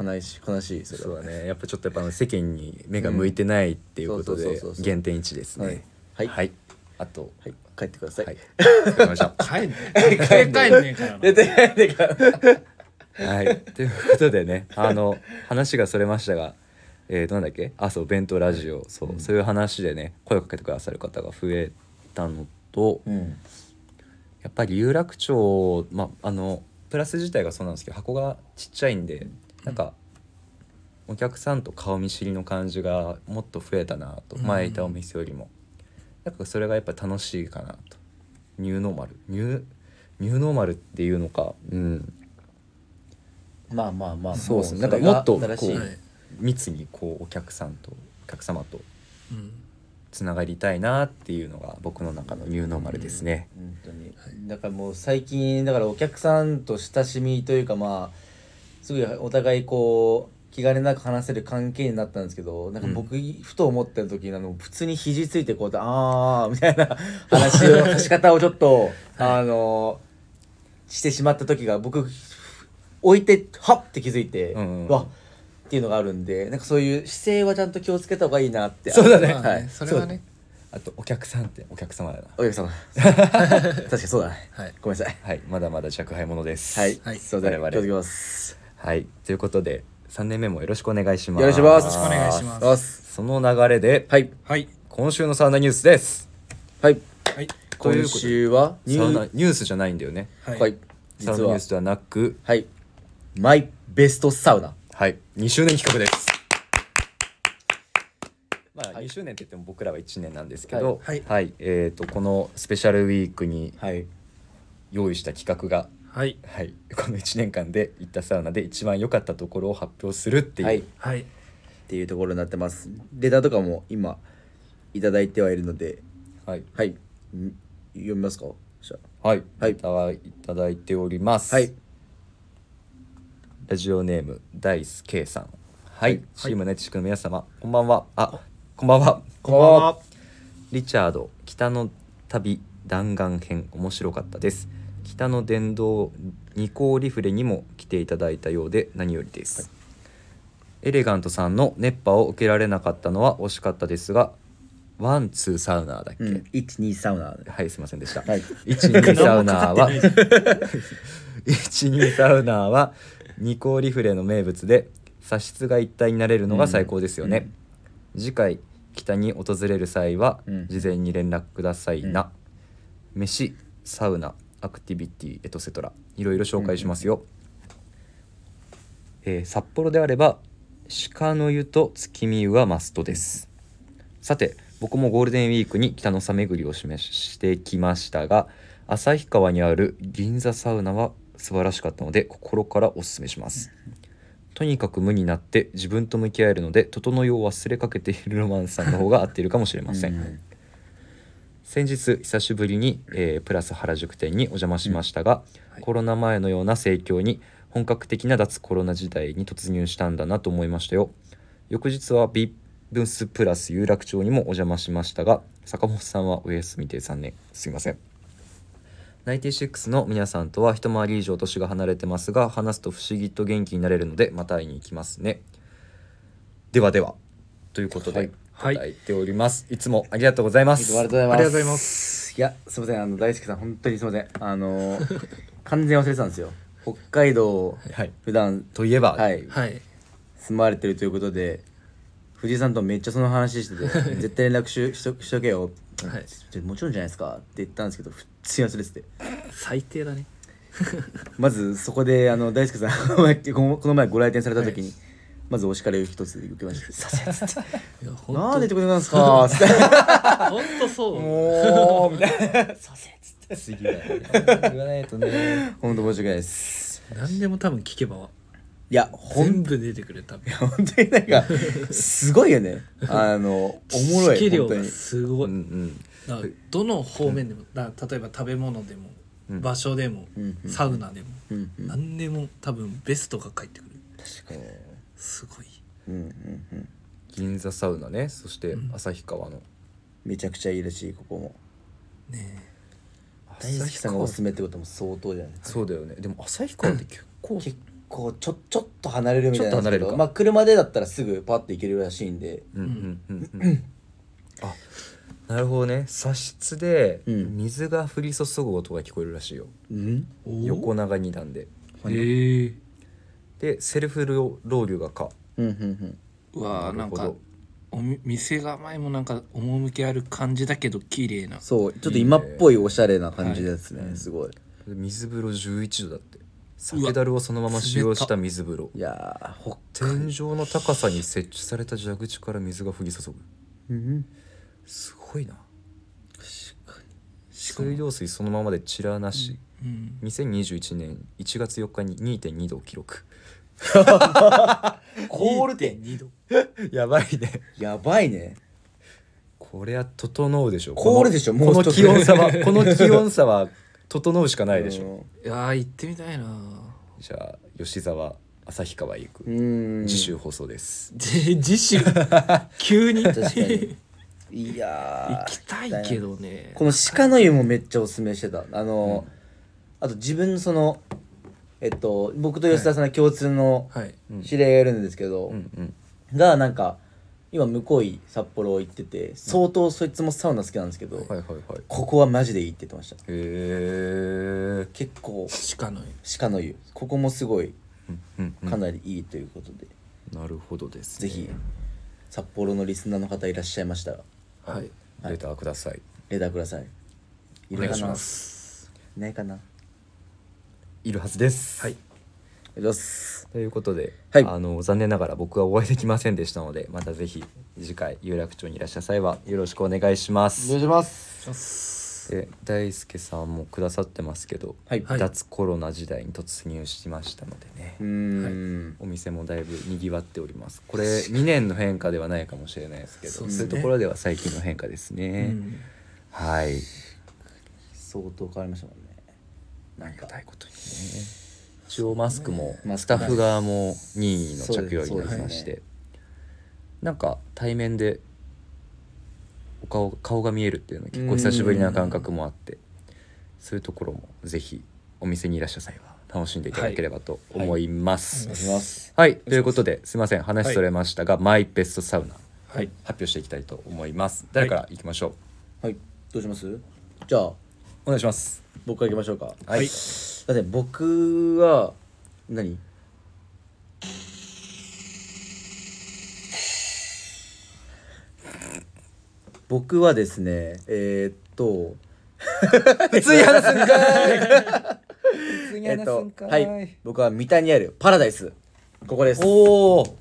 Speaker 2: 悲しい悲し いそれ
Speaker 1: そう
Speaker 2: は
Speaker 1: だねやっぱちょっとやっぱあの世間に目が向いてないっていうこと
Speaker 2: うん
Speaker 1: で
Speaker 2: そうそうそうそう
Speaker 1: 原点一ですね
Speaker 2: はい
Speaker 1: は
Speaker 2: はい、
Speaker 1: いあと
Speaker 2: はい、帰ってください、
Speaker 1: はいお疲れ様でした
Speaker 3: 帰んねえ帰んねえから
Speaker 2: 出
Speaker 3: な
Speaker 2: てないでか
Speaker 1: はい、ということでねあの話がそれましたが、えー、となんだっけあそう弁当ラジオそう,、そういう話でね声をかけてくださる方が増えたのと、
Speaker 2: うん
Speaker 1: やっぱり有楽町、まあ、あのプラス自体がそうなんですけど箱がちっちゃいんでなんか、お客さんと顔見知りの感じがもっと増えたなと
Speaker 3: うん
Speaker 1: 前いたお店よりも、なんかそれがやっぱ楽しいかなとニューノーマルニューニューノーマルっていうのかうん
Speaker 2: まあまあまあ
Speaker 1: そうですねな
Speaker 2: も
Speaker 1: んか
Speaker 2: れが
Speaker 1: もっと
Speaker 2: 新しい
Speaker 1: こ
Speaker 3: は
Speaker 1: う
Speaker 3: い
Speaker 1: 密にこうお客さんとお客様と
Speaker 3: うん
Speaker 1: つながりたいなっていうのが僕の中のニューノーマルですね。
Speaker 2: 本当に、
Speaker 3: い
Speaker 2: だからもう最近だからお客さんと親しみというかまあすごいお互いこう気兼ねなく話せる関係になったんですけどなんか僕、ふと思った時にあの普通に肘ついてこうやってあーみたいな話の仕方をちょっと、あのしてしまった時が僕置いてはっって気づいて、
Speaker 1: うんうん
Speaker 2: わっっていうのがあるんでなんかそういう姿勢はちゃんと気をつけた方がいいなって
Speaker 1: そうだね
Speaker 3: まあ
Speaker 2: はい
Speaker 3: ねそれはね
Speaker 1: あとお客さんってお客様だな。
Speaker 2: お客様確かにそうだね、
Speaker 3: はい
Speaker 2: ごめんなさい
Speaker 1: はい、まだまだ若輩者です。
Speaker 2: はい、
Speaker 3: はい
Speaker 2: すいません、
Speaker 1: 我々
Speaker 2: 気をつけます。
Speaker 1: はい、ということで3年目もよろしくお願いしま
Speaker 2: よ
Speaker 1: す。
Speaker 2: ろしくお願いします。
Speaker 3: よろしくお願いします
Speaker 2: す。
Speaker 1: その流れで、
Speaker 2: はい、
Speaker 4: はい
Speaker 1: 今週のサウナニュースです。
Speaker 2: はい、
Speaker 4: はい
Speaker 1: ということ
Speaker 2: 今
Speaker 1: で
Speaker 2: 週はニ
Speaker 1: サウ
Speaker 2: ュ
Speaker 1: ナ
Speaker 2: ー、
Speaker 1: ニュースじゃないんだよね。
Speaker 4: はい、
Speaker 2: はい、
Speaker 1: サウナ
Speaker 2: 実
Speaker 1: ニュ
Speaker 2: は
Speaker 1: ース、ではなく、
Speaker 2: はい、マイベストサウナ。
Speaker 1: はい、2周年企画です。まあ、
Speaker 2: はい
Speaker 1: 2周年って言っても僕らは1年なんですけど、
Speaker 4: はい
Speaker 1: えっ、とこのスペシャルウィークに
Speaker 2: はい、
Speaker 1: 用意した企画が、
Speaker 3: はい
Speaker 1: はい、 この1年間で行ったサウナで一番良かったところを発表するっていう、
Speaker 2: はい、っ
Speaker 3: はい
Speaker 2: ていうところになってます。データとかも今いただいてはいるので、
Speaker 1: はい
Speaker 2: はい、ん読みますか。じゃ
Speaker 1: はい、
Speaker 2: はい
Speaker 1: いただいております。
Speaker 2: あはい、
Speaker 1: ラジオネームダイス K さん。はい、チームネチクの皆様、こんばんは。あ、こんばんは。
Speaker 2: こんばんは。
Speaker 1: リチャード北の旅弾丸編面白かったです。北の電動二項リフレにも来ていただいたようで何よりです。エレガントさんの熱波を受けられなかったのは惜しかったですが、ワンツーサウナーだっけ？
Speaker 2: うん、一二サウナ。
Speaker 1: はい、すみませんでした。
Speaker 2: はい、
Speaker 1: 12サウナーは12サウナーは二項リフレの名物で差しが一体になれるのが最高ですよね、次回北に訪れる際は
Speaker 2: うん
Speaker 1: 事前に連絡くださいな、飯サウナアクティビティエトセトラいろいろ紹介しますよ、えー札幌であれば鹿の湯と月見湯はマストです、さて僕もゴールデンウィークに北のさ巡りを示ししてきましたが旭川にある銀座サウナは素晴らしかったので心からおすすめしますとにかく無になって自分と向き合えるので整いを忘れかけているロマンさんの方が合っているかもしれません、
Speaker 2: うん
Speaker 1: 先日久しぶりに、えープラス原宿店にお邪魔しましたが、
Speaker 3: はい
Speaker 1: コロナ前のような盛況に本格的な脱コロナ時代に突入したんだなと思いましたよ翌日はビブスプラス有楽町にもお邪魔しましたが坂本さんはお休みで残念すいませんナイティシックスの皆さんとは一回り以上年が離れてますが話すと不思議と元気になれるのでまた会いに行きますねではではということで、
Speaker 3: はい
Speaker 1: いただいております、い、つもありがとうございま
Speaker 2: いつ
Speaker 1: す
Speaker 2: もありがとうございます。。
Speaker 4: ありがとうございます
Speaker 2: いや、すみません、あの大輔さん、本当にすみません。あのー、完全に忘れてたんですよ。北海道、
Speaker 1: はい
Speaker 2: 普段、
Speaker 1: といえば、
Speaker 2: はい、
Speaker 3: はい
Speaker 2: 住まわれてるということで、藤井さんとめっちゃその話してて、絶対連絡ししとしとけよ。
Speaker 3: はい
Speaker 2: ちょもちろんじゃないですかって言ったんですけど、普通に忘れてて。
Speaker 3: 最低だね
Speaker 2: まずそこであの大輔さんこのこの前ご来店された時に、まずお叱りを一つ受けました。
Speaker 3: いやほん
Speaker 2: なんでってことなんです かつって
Speaker 3: 本当そう
Speaker 1: もうみたいな。そうせつって。すぎだよね。言わないとね。
Speaker 2: 本当申し訳ないです。
Speaker 3: 何でも多分聞けば
Speaker 2: いや、ほん
Speaker 3: 全部出てくる多分
Speaker 2: 本当になんかすごいよねあのおもろ
Speaker 3: 知識
Speaker 2: い
Speaker 3: 量
Speaker 2: 本当
Speaker 3: が
Speaker 2: に
Speaker 3: す
Speaker 1: う
Speaker 3: ごい、
Speaker 1: ん
Speaker 3: だからどの方面でも、だから例えば食べ物でも、
Speaker 1: うん
Speaker 3: 場所でも、
Speaker 2: うんうん
Speaker 3: サウナでも、
Speaker 2: うんうん
Speaker 3: 何でも多分ベストが返ってくる
Speaker 2: 確かに
Speaker 3: すごい
Speaker 2: うんうんうん
Speaker 1: 銀座サウナね、そして
Speaker 3: うん
Speaker 1: 旭川の。
Speaker 2: めちゃくちゃいいらしいここも
Speaker 3: ね
Speaker 2: 大好きさんがおすすめってことも相当じゃない
Speaker 1: そうだよね。でも旭川って結構。
Speaker 2: 結構ちょちょっと離れるみた
Speaker 1: ち
Speaker 2: い
Speaker 1: ょ
Speaker 2: な
Speaker 1: っ
Speaker 2: ん
Speaker 1: と
Speaker 2: で
Speaker 1: 離れ
Speaker 2: すけ
Speaker 1: る
Speaker 2: ど
Speaker 1: か
Speaker 2: まあ車でだったらすぐパッて行けるらしいんで
Speaker 1: うんうんうんうん。あ、なるほどね。茶室で
Speaker 2: うん
Speaker 1: 水が降り注ぐ音が聞こえるらしいよ。
Speaker 2: うん
Speaker 3: えおー
Speaker 1: 横長二段で。
Speaker 3: えー、
Speaker 1: で、セルフロウリュがか。
Speaker 2: うんうん
Speaker 3: うわー
Speaker 1: な
Speaker 3: な
Speaker 1: る
Speaker 3: ん
Speaker 1: ほど
Speaker 3: かおみ店構えもなんか趣ある感じだけど綺麗な
Speaker 2: そうちょっと今っぽいおしゃれな感じですねすごい
Speaker 1: 水風呂11度だって。酒樽をそのまま使用した水風呂。
Speaker 2: いやーほっ
Speaker 1: 天井の高さに設置された蛇口から水が降り注ぐ。
Speaker 2: うん
Speaker 1: すごいな
Speaker 3: しかも
Speaker 1: 水道水そのままでチラなし、
Speaker 3: うん
Speaker 1: 2021年1月4日に2.2度を記録
Speaker 2: コール店
Speaker 3: 2度
Speaker 1: やばいね
Speaker 2: やばいね
Speaker 1: これは整うでしょ
Speaker 2: 凍るでしょ
Speaker 1: この
Speaker 2: もう
Speaker 1: こ
Speaker 2: ちょっと
Speaker 1: の気温差は この気温差は整うしかないでしょ
Speaker 3: いやー行ってみたいな
Speaker 1: じゃあ吉沢旭川へ行
Speaker 2: う
Speaker 1: く
Speaker 2: ん
Speaker 1: 次週放送です
Speaker 3: で次週急に
Speaker 2: 確かに
Speaker 3: 行
Speaker 2: いやー
Speaker 3: きたいけどね
Speaker 2: この鹿の湯もめっちゃおすすめしてたあの、あと自分のそのえっと僕と吉田さんの共通の
Speaker 3: はい
Speaker 2: 知り合いがいるんですけど、
Speaker 1: うんうん
Speaker 2: がなんか今向こうい札幌行ってて相当そいつもサウナ好きなんですけど、
Speaker 1: はいはいはい
Speaker 2: ここはマジでいいって言ってました
Speaker 1: へえ
Speaker 2: 結構
Speaker 3: 鹿の湯
Speaker 2: 鹿の湯ここもすごい
Speaker 1: うんうんうん
Speaker 2: かなりいいということで、
Speaker 1: なるほどです
Speaker 2: ぜ
Speaker 1: ね
Speaker 2: ひ札幌のリスナーの方いらっしゃいましたら
Speaker 3: はい
Speaker 1: レターください
Speaker 2: レターくださいいる
Speaker 3: お願い
Speaker 2: か
Speaker 3: し
Speaker 2: な
Speaker 3: ます
Speaker 2: いないかない
Speaker 1: るはずです
Speaker 3: はい
Speaker 2: お願いします
Speaker 1: ということで、
Speaker 2: はい
Speaker 1: あの残念ながら僕はお会いできませんでしたのでまたぜひ次回有楽町にいらっしゃる際はよろしくお願いしま
Speaker 2: お願い
Speaker 1: す。
Speaker 2: します
Speaker 1: で大輔さんもくださってますけど、
Speaker 2: はい、
Speaker 3: はい
Speaker 1: 脱コロナ時代に突入しましたのでね、
Speaker 2: うーん、
Speaker 1: お店もだいぶにぎわっておりますこれ2年の変化ではないかもしれないですけど
Speaker 3: そ
Speaker 1: そうう,、
Speaker 3: ですね
Speaker 1: いうところでは最近の変化ですね。
Speaker 3: うん
Speaker 1: はい
Speaker 2: 相当変わりましたもんね
Speaker 1: なんかたいことにね一応マスクも
Speaker 2: マ
Speaker 1: ス
Speaker 2: ス
Speaker 1: タ
Speaker 2: ク
Speaker 1: ッフ側も任意の
Speaker 2: そうです
Speaker 1: 着用になりま
Speaker 2: そ
Speaker 1: し
Speaker 2: うです
Speaker 1: てなんか対面でお顔顔が見えるっていうのは結構久しぶりな感覚もあってそういうところもぜひお店にいらっしゃる際は楽しんでいただければと思いま
Speaker 2: お
Speaker 1: す
Speaker 2: 願い。します
Speaker 1: はい、ということですいません話それましたが、マイベストサウナ
Speaker 3: はい
Speaker 1: 発表していきたいと思います。誰からいきましょう、
Speaker 2: はいどうしますじゃあ
Speaker 1: お願いします。
Speaker 2: 僕からいきましょうか
Speaker 1: はい、
Speaker 2: だって僕は何僕はですねえー、っと
Speaker 1: 普通に話すんかい普通に
Speaker 2: え
Speaker 1: 話
Speaker 2: ーっ
Speaker 1: す
Speaker 2: と
Speaker 1: んか、
Speaker 2: はいい僕は三田にあるパラダイスここです
Speaker 1: おお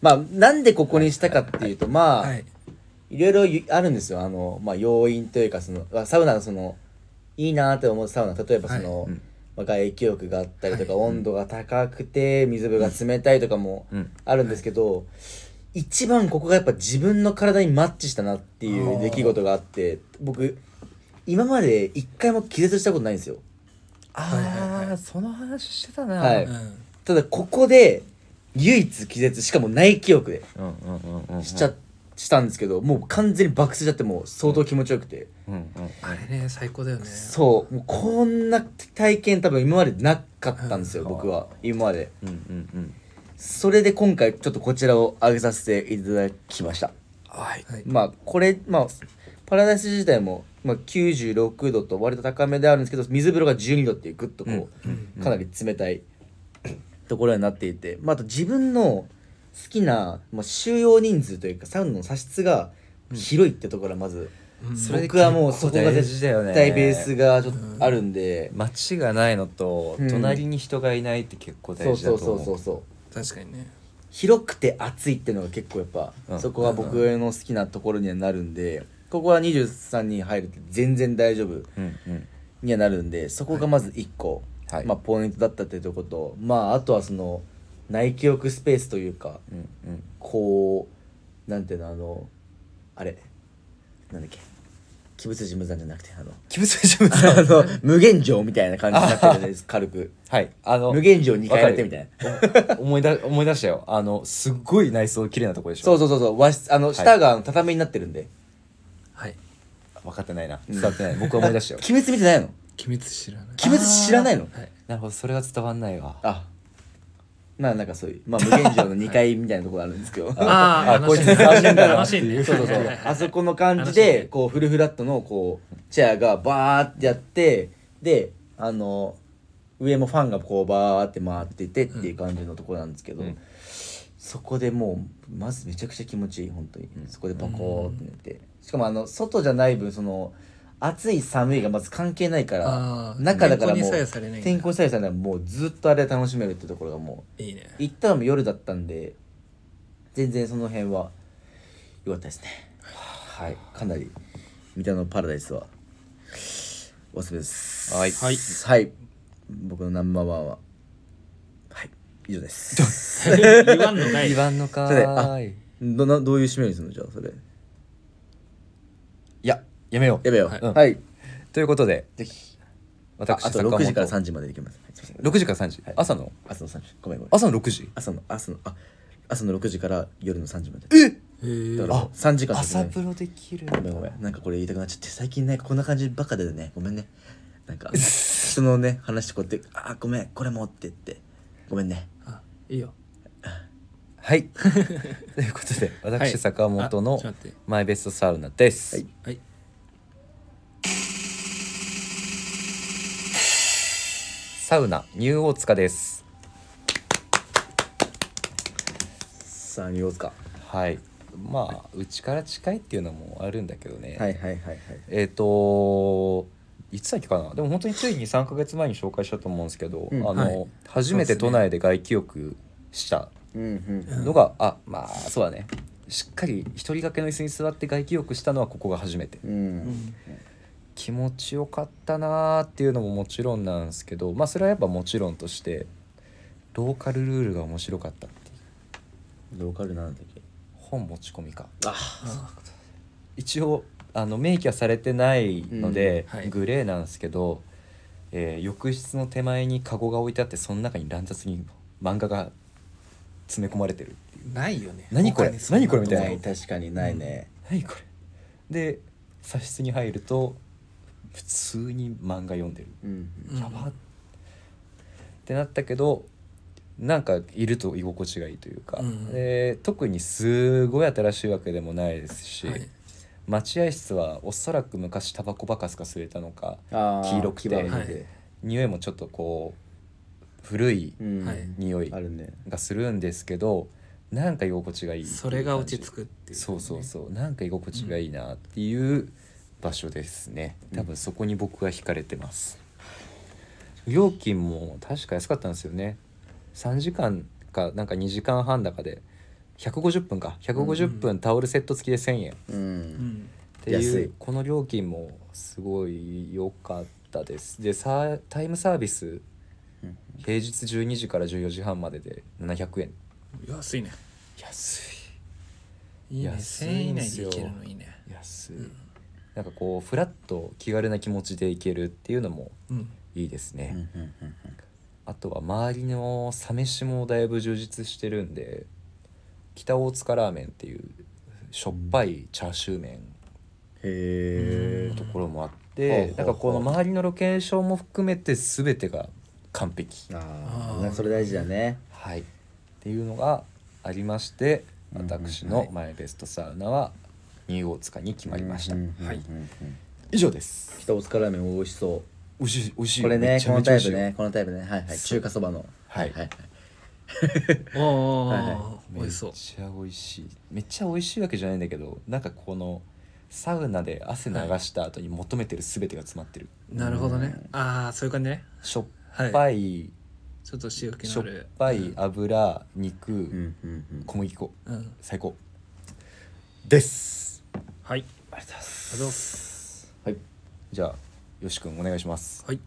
Speaker 2: まあなんでここにしたかっていうとまあ、
Speaker 3: はい
Speaker 2: いろいろゆあるんですよあの、まあ、要因というかそのあサウナのそのいいなって思うサウナ例えばその、
Speaker 1: うん
Speaker 2: まあ、外気浴があったりとか、温度が高くて水風呂が冷たいとかも
Speaker 1: うん
Speaker 2: あるんですけど、一番ここがやっぱ自分の体にマッチしたなっていう出来事があって僕今まで一回も気絶したことないんですよ
Speaker 1: あー、
Speaker 3: はいはいはい
Speaker 1: その話してたな、
Speaker 2: はい
Speaker 3: うん
Speaker 2: ただここで唯一気絶しかもない記憶で
Speaker 1: うんうんうんうんうん
Speaker 2: しちゃしたんですけどもう完全に爆睡しちゃってもう相当気持ちよくて、
Speaker 1: うんうんうん
Speaker 3: あれね最高だよね
Speaker 2: そうもうこんな体験多分今までなかったんですよ、
Speaker 1: うん
Speaker 2: 僕は今まで
Speaker 1: うんうんうん
Speaker 2: それで今回ちょっとこちらを上げさせていただきました
Speaker 3: はい、はい、
Speaker 2: まあこれまあパラダイス自体も、まあ、96度と割と高めであるんですけど水風呂が12度っていうグッとこう、かなり冷たい ところになっていて、まあ、あと自分の好きな、まあ、収容人数というかサウナの差室が広いってところはまず、
Speaker 3: うん
Speaker 1: それ
Speaker 2: 僕はもう
Speaker 1: 結構
Speaker 2: そこが
Speaker 1: 大事
Speaker 2: 絶
Speaker 1: だよね
Speaker 2: 対ベースがちょっとあるんで、
Speaker 1: 街がないのと、
Speaker 2: うん
Speaker 1: 隣に人がいないって結構
Speaker 2: そ
Speaker 1: 大
Speaker 2: う
Speaker 1: 事だと
Speaker 2: そうそ
Speaker 1: 思う
Speaker 2: うそうそう
Speaker 3: 確かにね
Speaker 2: 広くて暑いってのが結構やっぱ、
Speaker 1: うん
Speaker 2: そこが僕の好きなところにはなるんで、ここは23に入るって全然大丈夫
Speaker 1: うんうん
Speaker 2: にはなるんでそこがまず1個、
Speaker 1: はい
Speaker 2: まあ、ポイントだったっていうとことまああとはその内記憶スペースというか
Speaker 1: うんうん
Speaker 2: こうなんていうのあのあれなんだっけ鬼物事務山じゃなくて あの
Speaker 1: 鬼物事務
Speaker 2: あの無限城みたいな感じになってるんです軽く
Speaker 1: はいあの
Speaker 2: 無限城2回やってみたいな
Speaker 1: な思いだ思い出したよあのすっごい内装綺麗なとこでしょ
Speaker 2: そうそうそうそう和室あの下があの畳になってるんで、
Speaker 3: はい
Speaker 1: 分かってないな伝わってない、僕は思い出したよ
Speaker 2: 鬼滅見てないの
Speaker 3: 機密知らない
Speaker 2: 鬼滅知らないの
Speaker 3: はい
Speaker 1: なるほどそれは伝わんないわ
Speaker 2: あまあなんかそういう、まあ、無限城の2階みたいなところあるんですけど
Speaker 3: あー
Speaker 2: あ
Speaker 3: あの
Speaker 2: こいつ楽しいんだな
Speaker 3: 楽
Speaker 2: って
Speaker 3: しい
Speaker 2: いう
Speaker 3: ね
Speaker 2: そうそうそ
Speaker 3: はいはいう はい
Speaker 2: あそこの感じ
Speaker 3: 楽しい
Speaker 2: で
Speaker 3: ね
Speaker 2: こうフルフラットのこうチェアがバーってやってであの上もファンがこうバーって回っててっていう感じのところなんですけど、
Speaker 1: うん
Speaker 2: そこでもうまずめちゃくちゃ気持ちいい本当に、そこでパコーって寝てしかもあの外じゃない分その暑い寒いがまず関係ないから
Speaker 3: あー
Speaker 2: 中だから
Speaker 3: 天
Speaker 2: も
Speaker 3: 候に
Speaker 2: う
Speaker 3: 左右されないんだ
Speaker 2: 天候に左右されないもうずっとあれ楽しめるってところがもう
Speaker 3: いいね
Speaker 2: 行ったのも夜だったんで全然その辺は良かったですねはいかなり三田のパラダイスはおすすめです
Speaker 1: はい
Speaker 2: はい、僕のナンバーワンははい以上です
Speaker 3: 言わんのかい
Speaker 1: 言わんのか
Speaker 2: それ
Speaker 1: ー
Speaker 2: あ
Speaker 1: い
Speaker 2: どなどういう締めにするのじゃあそれ
Speaker 1: いややめよう
Speaker 2: やめよう
Speaker 3: はい
Speaker 1: うん
Speaker 2: はい、
Speaker 1: ということで
Speaker 2: ぜひあ
Speaker 1: 私
Speaker 2: あと
Speaker 1: 坂本
Speaker 2: 6時から3時までできます,、はい、すいません
Speaker 1: 6時から3時、
Speaker 2: はい
Speaker 1: 朝の
Speaker 2: 朝の3時ごめんごめん
Speaker 1: 朝の6時
Speaker 2: 朝の朝のあ朝の6時から夜の3時まで
Speaker 3: へー
Speaker 2: だから3時間ですね
Speaker 1: 朝風呂できる
Speaker 2: ごめんごめんなんかこれ言いたくなっちゃって最近ねこんな感じばっかでねごめんねなんか人のね話こうやって「あーごめんこれも」って言ってごめんね
Speaker 3: あいいよ
Speaker 1: はい ということで私、
Speaker 3: はい
Speaker 1: 坂本の
Speaker 3: あちょっと待って
Speaker 1: マイベストサウナです、
Speaker 2: はい
Speaker 3: はい
Speaker 1: サウナニューオーツカです
Speaker 2: さあ見ようか
Speaker 1: はいまあうちから近いっていうのもあるんだけどね、
Speaker 2: はいはいはいはい
Speaker 1: えっ、といつだっけかなでも本当についに3か月前に紹介したと思うんですけど、
Speaker 2: うん
Speaker 1: あの
Speaker 3: はい
Speaker 1: 初めて都内で外気浴した
Speaker 2: うんうん
Speaker 1: のが、あまあそうだねしっかり一人掛けの椅子に座って外気浴したのはここが初めて
Speaker 2: うん
Speaker 1: 気持ちよかったなーっていうのももちろんなんですけどまあそれはやっぱもちろんとしてローカルルールが面白かったっていう
Speaker 2: ローカルなんだっけ
Speaker 1: 本持ち込みか
Speaker 2: あ
Speaker 1: 一応あの明記はされてないので、
Speaker 3: うんはい
Speaker 1: グレーなんですけど、えー浴室の手前にカゴが置いてあってその中に乱雑に漫画が詰め込まれてるっていう
Speaker 3: ないよね
Speaker 1: 何これ
Speaker 3: 他にそんな
Speaker 1: 何これみ
Speaker 2: あ
Speaker 1: たいな
Speaker 2: ない確かにないね、
Speaker 1: 何これで茶室に入ると普通に漫画読んでる、
Speaker 2: うん、
Speaker 3: うん
Speaker 1: やばっってなったけどなんかいると居心地がいいというか、
Speaker 3: うん
Speaker 1: で特にすごい新しいわけでもないですし、
Speaker 3: はい
Speaker 1: 待合室はおそらく昔タバコばかすか吸えたのか
Speaker 2: あー
Speaker 1: 黄色くて
Speaker 2: 黄ばみで
Speaker 3: はい
Speaker 1: 匂いもちょっとこう古い
Speaker 2: うん
Speaker 3: はい
Speaker 1: 匂い
Speaker 2: あるね
Speaker 1: がするんですけどなんか居心地がいいっていう
Speaker 3: それが落ち着くっ
Speaker 1: 感
Speaker 3: てい
Speaker 1: じ
Speaker 3: う
Speaker 1: そうそうそうなんか居心地がいいなっていう場所ですね多分そこに僕が惹かれてます、料金も確か安かったんですよね3時間かなんか2時間半だかで150分か150分タオルセット付きで1,000円っ
Speaker 2: うん、
Speaker 3: うん
Speaker 1: てい
Speaker 2: 安
Speaker 1: う、
Speaker 2: い
Speaker 1: この料金もすごい良かったですでさタイムサービス
Speaker 2: うん
Speaker 1: 平日12時から14時半までで700円
Speaker 3: 安いね
Speaker 1: 安
Speaker 3: いいね
Speaker 1: 安
Speaker 3: 1000
Speaker 1: い
Speaker 3: 円以
Speaker 1: ん
Speaker 3: 内
Speaker 1: す
Speaker 3: で
Speaker 1: よ
Speaker 3: いけるのいいね
Speaker 1: い安い、なんかこうフラッと気軽な気持ちで行けるっていうのも
Speaker 3: うん
Speaker 1: いいいですね、
Speaker 2: うんうんうんうん
Speaker 1: あとは周りのサ飯もだいぶ充実してるんで北大塚ラーメンっていうしょっぱいチャーシュー麺
Speaker 2: へ
Speaker 1: の
Speaker 2: え
Speaker 1: ところもあっ
Speaker 2: う
Speaker 1: て
Speaker 2: ん
Speaker 1: なんかこの周りのロケーションも含めて全てが完璧
Speaker 2: ああそれ大事だね
Speaker 1: はいっていうのがありまして
Speaker 2: うんうん
Speaker 1: 私のマイベストサウナはニューオーツカに決まりました、
Speaker 2: うんうんうんうん
Speaker 4: はい
Speaker 1: 以上です
Speaker 2: 北大塚ラーメン美味しそ
Speaker 1: 美味しい美味し
Speaker 2: う
Speaker 1: い
Speaker 2: これ
Speaker 1: め
Speaker 2: ね
Speaker 1: ち
Speaker 2: こ
Speaker 1: ゃめ
Speaker 2: の
Speaker 1: ちゃ
Speaker 2: タ
Speaker 1: 美味し
Speaker 2: イプ
Speaker 1: い
Speaker 2: ねこのタイプねはいはい
Speaker 1: そう
Speaker 2: 中華そばの
Speaker 1: はい
Speaker 2: はい
Speaker 3: ああ、
Speaker 2: はいは
Speaker 3: 美味しそ
Speaker 1: め
Speaker 3: う
Speaker 1: っちゃ美味しいめっちゃ美味しいわけじゃないんだけどなんかこのサウナで汗流した後に求めてる全てが詰まってる、
Speaker 3: なるほどねああそういう感じね
Speaker 1: しょっ
Speaker 3: はい
Speaker 1: ぱい、
Speaker 3: ちょっと塩気
Speaker 1: し
Speaker 3: の
Speaker 1: ょっ
Speaker 3: ある
Speaker 1: ぱい油肉、
Speaker 2: うんうんうん
Speaker 1: 小麦粉
Speaker 3: うん、うん、
Speaker 1: 最高です
Speaker 3: はい
Speaker 1: ありがとうございま
Speaker 3: ありがとうございます
Speaker 2: はい
Speaker 1: じゃあよしくんお願いします
Speaker 3: はい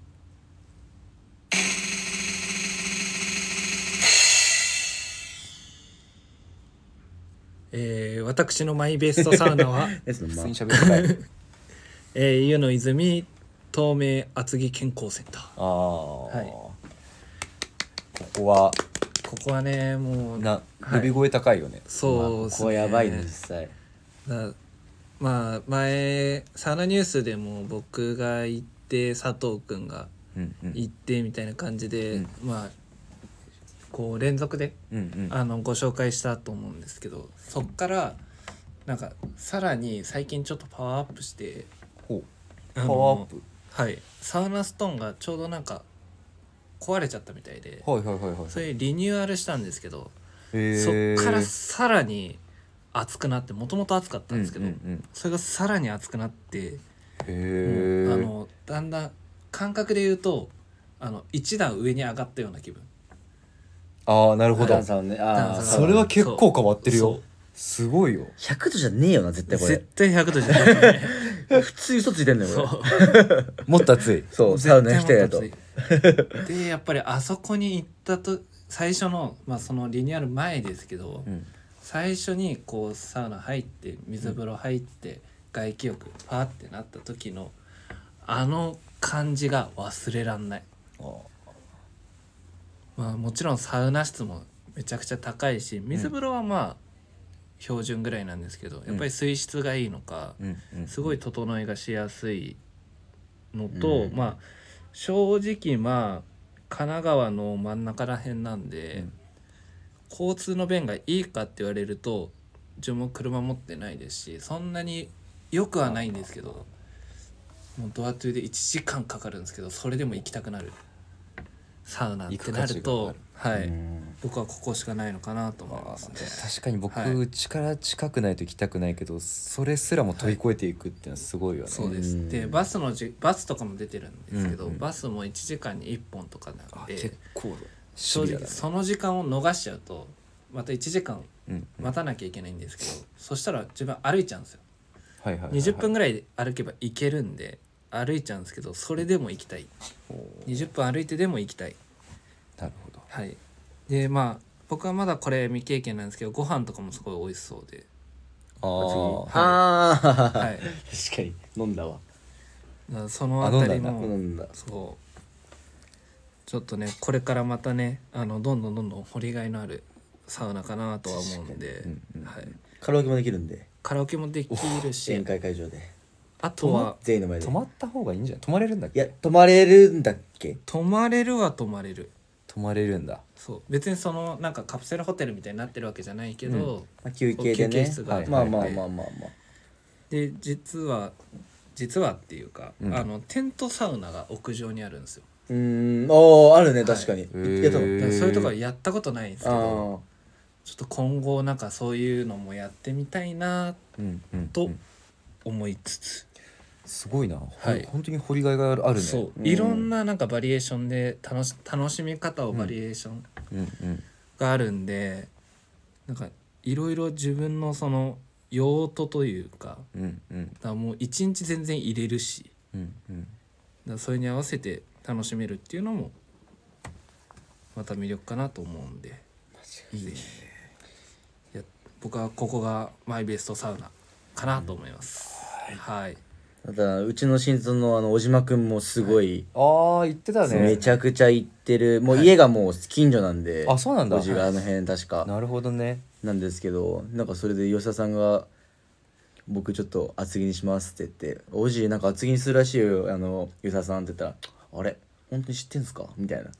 Speaker 3: えー、私のマイベストサウ ナは、
Speaker 2: です
Speaker 1: 普
Speaker 2: のま
Speaker 1: 通
Speaker 2: あ
Speaker 1: に喋りたい
Speaker 3: えー、湯の泉東名厚木健康センター
Speaker 1: ああ、
Speaker 3: はい
Speaker 1: ここは
Speaker 3: ここはねもう
Speaker 1: な
Speaker 3: は
Speaker 1: 呼
Speaker 3: い
Speaker 1: び声高いよね、
Speaker 3: そう
Speaker 2: まあ
Speaker 3: で
Speaker 2: こ
Speaker 3: す
Speaker 2: こ
Speaker 3: ね
Speaker 2: はやばいね実際
Speaker 3: だまあ前サウナニュースでも僕が行って佐藤君が
Speaker 1: うんうん
Speaker 3: 行ってみたいな感じで、
Speaker 1: うん
Speaker 3: まあこう連続で
Speaker 1: うんうん
Speaker 3: あのご紹介したと思うんですけどそっからなんかさらに最近ちょっとパワーアップして
Speaker 1: ほう
Speaker 3: パ
Speaker 1: パワーアップ
Speaker 3: はいサウナストーンがちょうどなんか壊れちゃったみたいで
Speaker 1: はいはいはいはい
Speaker 3: それリニューアルしたんですけどそ
Speaker 1: へ
Speaker 3: っ
Speaker 1: ー
Speaker 3: からさらに熱くなってもともと熱かったんですけど、
Speaker 1: うんうんうん
Speaker 3: それがさらに熱くなって、
Speaker 1: へえ
Speaker 3: あのだんだん感覚で言うとあの一段上に上がったような気分
Speaker 1: ああなるほど、
Speaker 2: 段差をねあ
Speaker 3: 段
Speaker 2: あ
Speaker 3: 差
Speaker 1: それは結構変わってる
Speaker 3: そ
Speaker 1: よ
Speaker 3: う
Speaker 1: すごいよ
Speaker 2: 100度じゃねえよな絶対こ
Speaker 3: 絶
Speaker 2: れ
Speaker 3: 対100度じゃな いよね
Speaker 2: 普通嘘ついてんの
Speaker 3: そ
Speaker 2: よこれ
Speaker 3: う
Speaker 1: もっと熱い
Speaker 2: そうサウナ来たやと
Speaker 3: 絶対もっと暑いでやっぱりあそこに行ったと最初の,、まあそのリニューアル前ですけど、
Speaker 1: うん
Speaker 3: 最初にこうサウナ入って水風呂入って、外気浴パーってなった時のあの感じが忘れらんない、まあ、もちろんサウナ室もめちゃくちゃ高いし水風呂はまあ標準ぐらいなんですけど、やっぱり水質がいいのか、
Speaker 1: うんうん
Speaker 3: すごい整いがしやすいのと、
Speaker 2: うん
Speaker 3: まあ正直まあ神奈川の真ん中ら辺なんで、交通の便がいいかって言われると自分も車持ってないですしそんなによくはないんですけどもうドアトゥで1時間かかるんですけどそれでも行きたくなるサウナってなると
Speaker 1: 行く
Speaker 3: はい、
Speaker 2: うん
Speaker 3: 僕はここしかないのかなと思いますね。
Speaker 1: 確かに僕、
Speaker 3: はい
Speaker 1: 力近くないと行きたくないけどそれすらも飛び越えていくっていうのはすごいよね、
Speaker 3: そうで
Speaker 2: う
Speaker 3: す
Speaker 2: ん
Speaker 3: でバスのじバスとかも出てるんですけど、
Speaker 1: うんうん
Speaker 3: バスも1時間に1本とかなん
Speaker 1: あ
Speaker 3: で
Speaker 1: 結構シ
Speaker 3: 正
Speaker 1: ビアだ
Speaker 3: 直
Speaker 1: ね
Speaker 3: その時間を逃しちゃうとまた1時間
Speaker 1: うんうん
Speaker 3: 待たなきゃいけないんですけど、そしたら自分歩いちゃうんですよ
Speaker 1: はいはいはいはい
Speaker 3: 20分ぐらい歩けば行けるんで歩いちゃうんですけどそれでも行きたい
Speaker 1: おー
Speaker 3: 20分歩いてでも行きたい
Speaker 1: なるほど
Speaker 3: はいでまあ僕はまだこれ未経験なんですけどご飯とかもすごい美味しそうで、
Speaker 1: あー
Speaker 2: あ
Speaker 3: は
Speaker 2: あ
Speaker 3: い、
Speaker 2: 確かに飲んだわ
Speaker 3: だからその辺り
Speaker 1: あ飲んだ
Speaker 3: も
Speaker 2: 飲んだ
Speaker 3: そうちょっとねこれからまたねあのどんどんどんどん掘りがいのあるサウナかなとは思うんで、はい、
Speaker 2: カラオケもできるんで
Speaker 3: カラオケもできる
Speaker 2: 宴
Speaker 3: し
Speaker 2: 会会場で
Speaker 3: あとは
Speaker 2: 全員の前で
Speaker 1: 泊まった方がいいんじゃない泊まれるんだっ
Speaker 2: い
Speaker 1: け
Speaker 2: や泊まれるんだっけ
Speaker 3: 泊まれるは泊まれる
Speaker 1: 泊まれるんだ
Speaker 3: そう別にそのなんかカプセルホテルみたいになってるわけじゃないけど、
Speaker 2: まあ休憩で
Speaker 3: 休憩
Speaker 2: ね
Speaker 3: 室が
Speaker 1: ある
Speaker 2: まあ
Speaker 1: はい
Speaker 2: まあ
Speaker 3: はい
Speaker 2: まあまあまあ
Speaker 3: で実は実はっていうか、
Speaker 1: うん
Speaker 3: あのテントサウナが屋上にあるんですよ、
Speaker 2: うーんおーあるね確かに
Speaker 1: はい
Speaker 2: やった
Speaker 1: へ
Speaker 2: の
Speaker 1: ー
Speaker 3: だからそういうとこはやったことないんですけど
Speaker 2: あ
Speaker 3: ちょっと今後なんかそういうのもやってみたいな
Speaker 1: うんうん
Speaker 3: と
Speaker 1: うん
Speaker 3: 思いつつ、
Speaker 1: すごいな、
Speaker 3: はい
Speaker 1: 本当に掘りがいがあるね
Speaker 3: そう、
Speaker 2: うん
Speaker 3: いろんななんかバリエーションで楽し楽しみ方をバリエーション
Speaker 1: うんうん
Speaker 3: があるんで、なんかいろいろ自分のその用途というか
Speaker 1: うんうん
Speaker 3: だからもう一日全然入れるしだか
Speaker 1: うんうん
Speaker 3: らそれに合わせて楽しめるっていうのもまた魅力かなと思うんで
Speaker 1: いいね
Speaker 3: いや僕はここがマイベストサウナかなと思います。はい、
Speaker 2: だからうちの新存のあの小島くんもすごい、
Speaker 1: ああ言ってたね
Speaker 2: めちゃくちゃ行ってるもう家がもう近所なんで、
Speaker 1: あそうなんだ
Speaker 2: おじがあの辺確か
Speaker 1: なるほどね
Speaker 2: なんですけどなんかそれで吉田さんが「僕ちょっと厚着にします」って言って「おじなんか厚着にするらしいよあの吉田さん」って言ったら「あれ本当に知ってんすか?」みた いな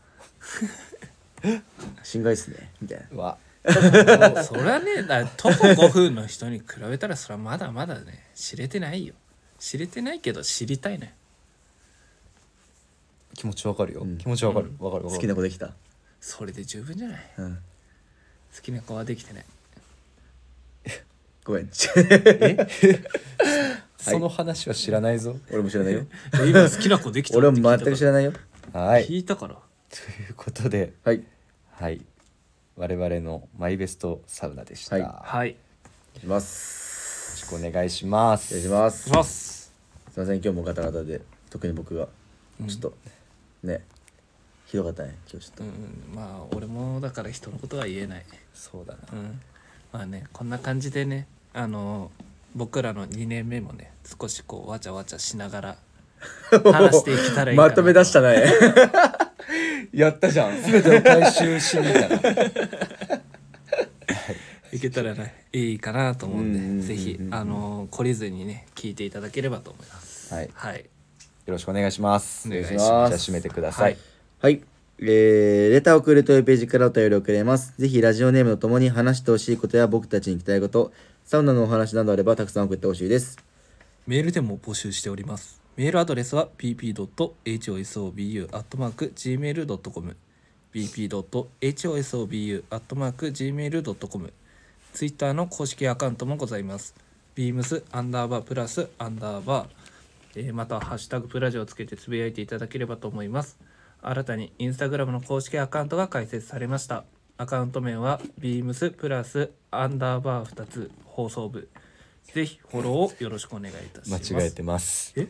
Speaker 2: 「心外っすね」みたいな
Speaker 1: うわ
Speaker 3: もうそりゃねだ徒歩5分の人に比べたらそりゃまだまだね知れてないよ知れてないけど知りたいね
Speaker 1: 気持ちわかるよ、
Speaker 2: うん
Speaker 1: 気持ちわかるわかるわかる
Speaker 2: 好きな子できた、
Speaker 3: それで十分じゃない
Speaker 2: うん、
Speaker 3: 好きな子はできてない
Speaker 2: ごめん
Speaker 1: その話は知らないぞ
Speaker 2: 俺も知らないよ
Speaker 3: 今好きな子できた
Speaker 2: 俺も全く知ら
Speaker 3: ない
Speaker 2: ないよ
Speaker 1: はい
Speaker 3: 聞いたから
Speaker 1: ということで
Speaker 2: はい
Speaker 1: はい我々のマイベストサウナでした、
Speaker 2: はい
Speaker 1: よ
Speaker 3: はい
Speaker 2: いきます
Speaker 1: ろしくお願いします
Speaker 2: 失礼します
Speaker 3: します
Speaker 2: すいません今日もガタガタで特に僕がちょっと、ねひどかったね今日ちょっ
Speaker 3: う
Speaker 2: と、
Speaker 3: んまあ俺もだから人のことは言えない
Speaker 1: そうだな
Speaker 3: うんまあねこんな感じでねあの僕らの2年目もね少しこうわちゃわちゃしながら話していけたらいいかな
Speaker 2: まとめ出したね
Speaker 1: やったじゃん全てを回収しに行 ったない
Speaker 3: けたらねいいかなと思うんで
Speaker 2: うんうんうんうん
Speaker 3: ぜひあの懲りずにね聞いていただければと思います
Speaker 1: はいよ
Speaker 3: はい
Speaker 1: ろしくお願いします
Speaker 3: お願いします
Speaker 1: じゃあ締めてください、
Speaker 2: はいえー、レターをくれというページからお便りをくれますぜひラジオネームとともに話してほしいことや僕たちに聞きたいことサウナのお話などあればたくさん送ってほしいです
Speaker 3: メールでも募集しております。メールアドレスは bp.hosobu.gmail.com bp.hosobu.gmail.com ツイッターの公式アカウントもございます。beams アンダーバープラスアンダーバー、えーまたはハッシュタグプラジオをつけてつぶやいていただければと思います。新たにインスタグラムの公式アカウントが開設されました。アカウント名は beams プラスアンダーバー2つ放送部。ぜひフォローをよろしくお願いいたします。
Speaker 1: 間違えてます
Speaker 3: え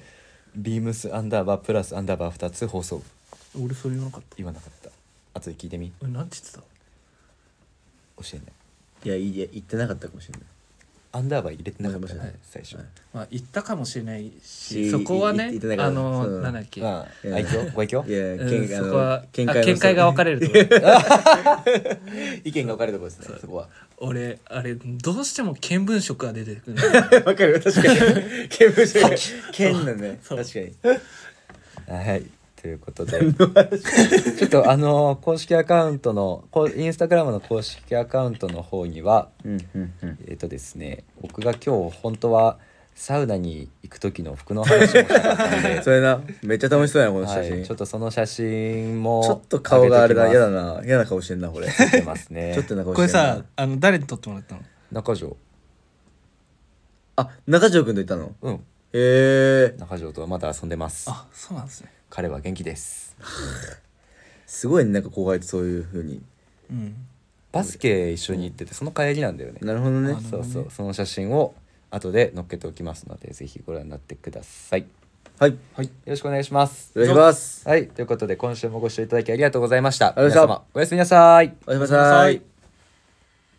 Speaker 1: ビームスアンダーバープラスアンダーバー2つ放送部
Speaker 3: 俺それ言わなかった。
Speaker 1: 言わなかった後で聞いてみ教
Speaker 3: えなんて言ってた
Speaker 1: えない
Speaker 2: いやいや言ってなかったかもしれない
Speaker 1: アンダーバー入れてなかった
Speaker 2: はい
Speaker 1: ね最初、
Speaker 2: はい
Speaker 3: まあ言ったかもしれないし、
Speaker 2: し
Speaker 3: そこはね
Speaker 2: いい言ってなかった
Speaker 3: あの
Speaker 2: そう
Speaker 3: なんだっけ、
Speaker 1: ま
Speaker 2: い
Speaker 1: あ
Speaker 2: や
Speaker 1: 愛嬌ご愛嬌
Speaker 2: いや
Speaker 3: うん
Speaker 2: 見
Speaker 3: そこはあ見
Speaker 2: の
Speaker 3: 解が分かれると思う
Speaker 2: 意見が分かれるとこですねそこは
Speaker 3: 俺あれどうしても見聞色が出てくる
Speaker 2: 分かる確かに見分し剣だね
Speaker 3: そう
Speaker 2: 確かに
Speaker 1: はいということでちょっとあの公式アカウントのこうインスタグラムの公式アカウントの方には
Speaker 2: うんうんうん
Speaker 1: えっ、とですね僕が今日本当はサウナに行く時の服の話をしたかったん で
Speaker 2: それなめっちゃ楽しそうやなこの写
Speaker 1: は
Speaker 2: 真、
Speaker 1: い、
Speaker 2: ち
Speaker 1: ちょ
Speaker 2: ょっ
Speaker 1: っとその写真も
Speaker 2: と顔があれだ嫌だ
Speaker 1: な
Speaker 2: な嫌な顔してんな これち
Speaker 1: てますね
Speaker 2: ょっとな顔してんな
Speaker 3: これさあの誰に撮ってもらったの
Speaker 1: 中条
Speaker 2: あ中条君といたの
Speaker 1: うん
Speaker 2: へえ
Speaker 1: 中条とはまだ遊んでます
Speaker 3: あそうなんですね
Speaker 1: 彼は元気です
Speaker 2: すごいねなんか後輩とそういうふうに
Speaker 3: うん
Speaker 1: バスケ一緒に行っててその帰りなんだよね
Speaker 2: なるほどね
Speaker 3: あの
Speaker 1: そうそうその写真を後で載っけておきますのでぜひご覧になってくださいよ
Speaker 2: はい
Speaker 1: ろしくお願いします
Speaker 2: お願いします
Speaker 1: はいということで今週もご視聴いただきありがとうございました
Speaker 2: りがとうござい
Speaker 1: 皆
Speaker 2: ました
Speaker 1: 様おやすみなさい
Speaker 2: おやすみなさい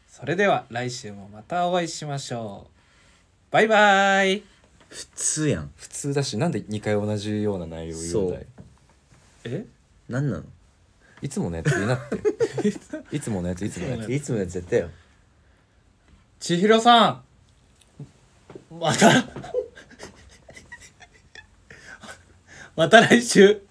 Speaker 3: それでは来週もまたお会いしましょうバイバイ
Speaker 2: 普通やん
Speaker 1: 普通だしなんで2回同じような内容を言うんだい
Speaker 2: そ
Speaker 3: え
Speaker 2: 何なの
Speaker 1: いつものやつ言いなっていつものやついつものや
Speaker 3: そう
Speaker 1: つ
Speaker 3: ね
Speaker 2: いつものやつやったよ
Speaker 3: 千尋さんまたまた来週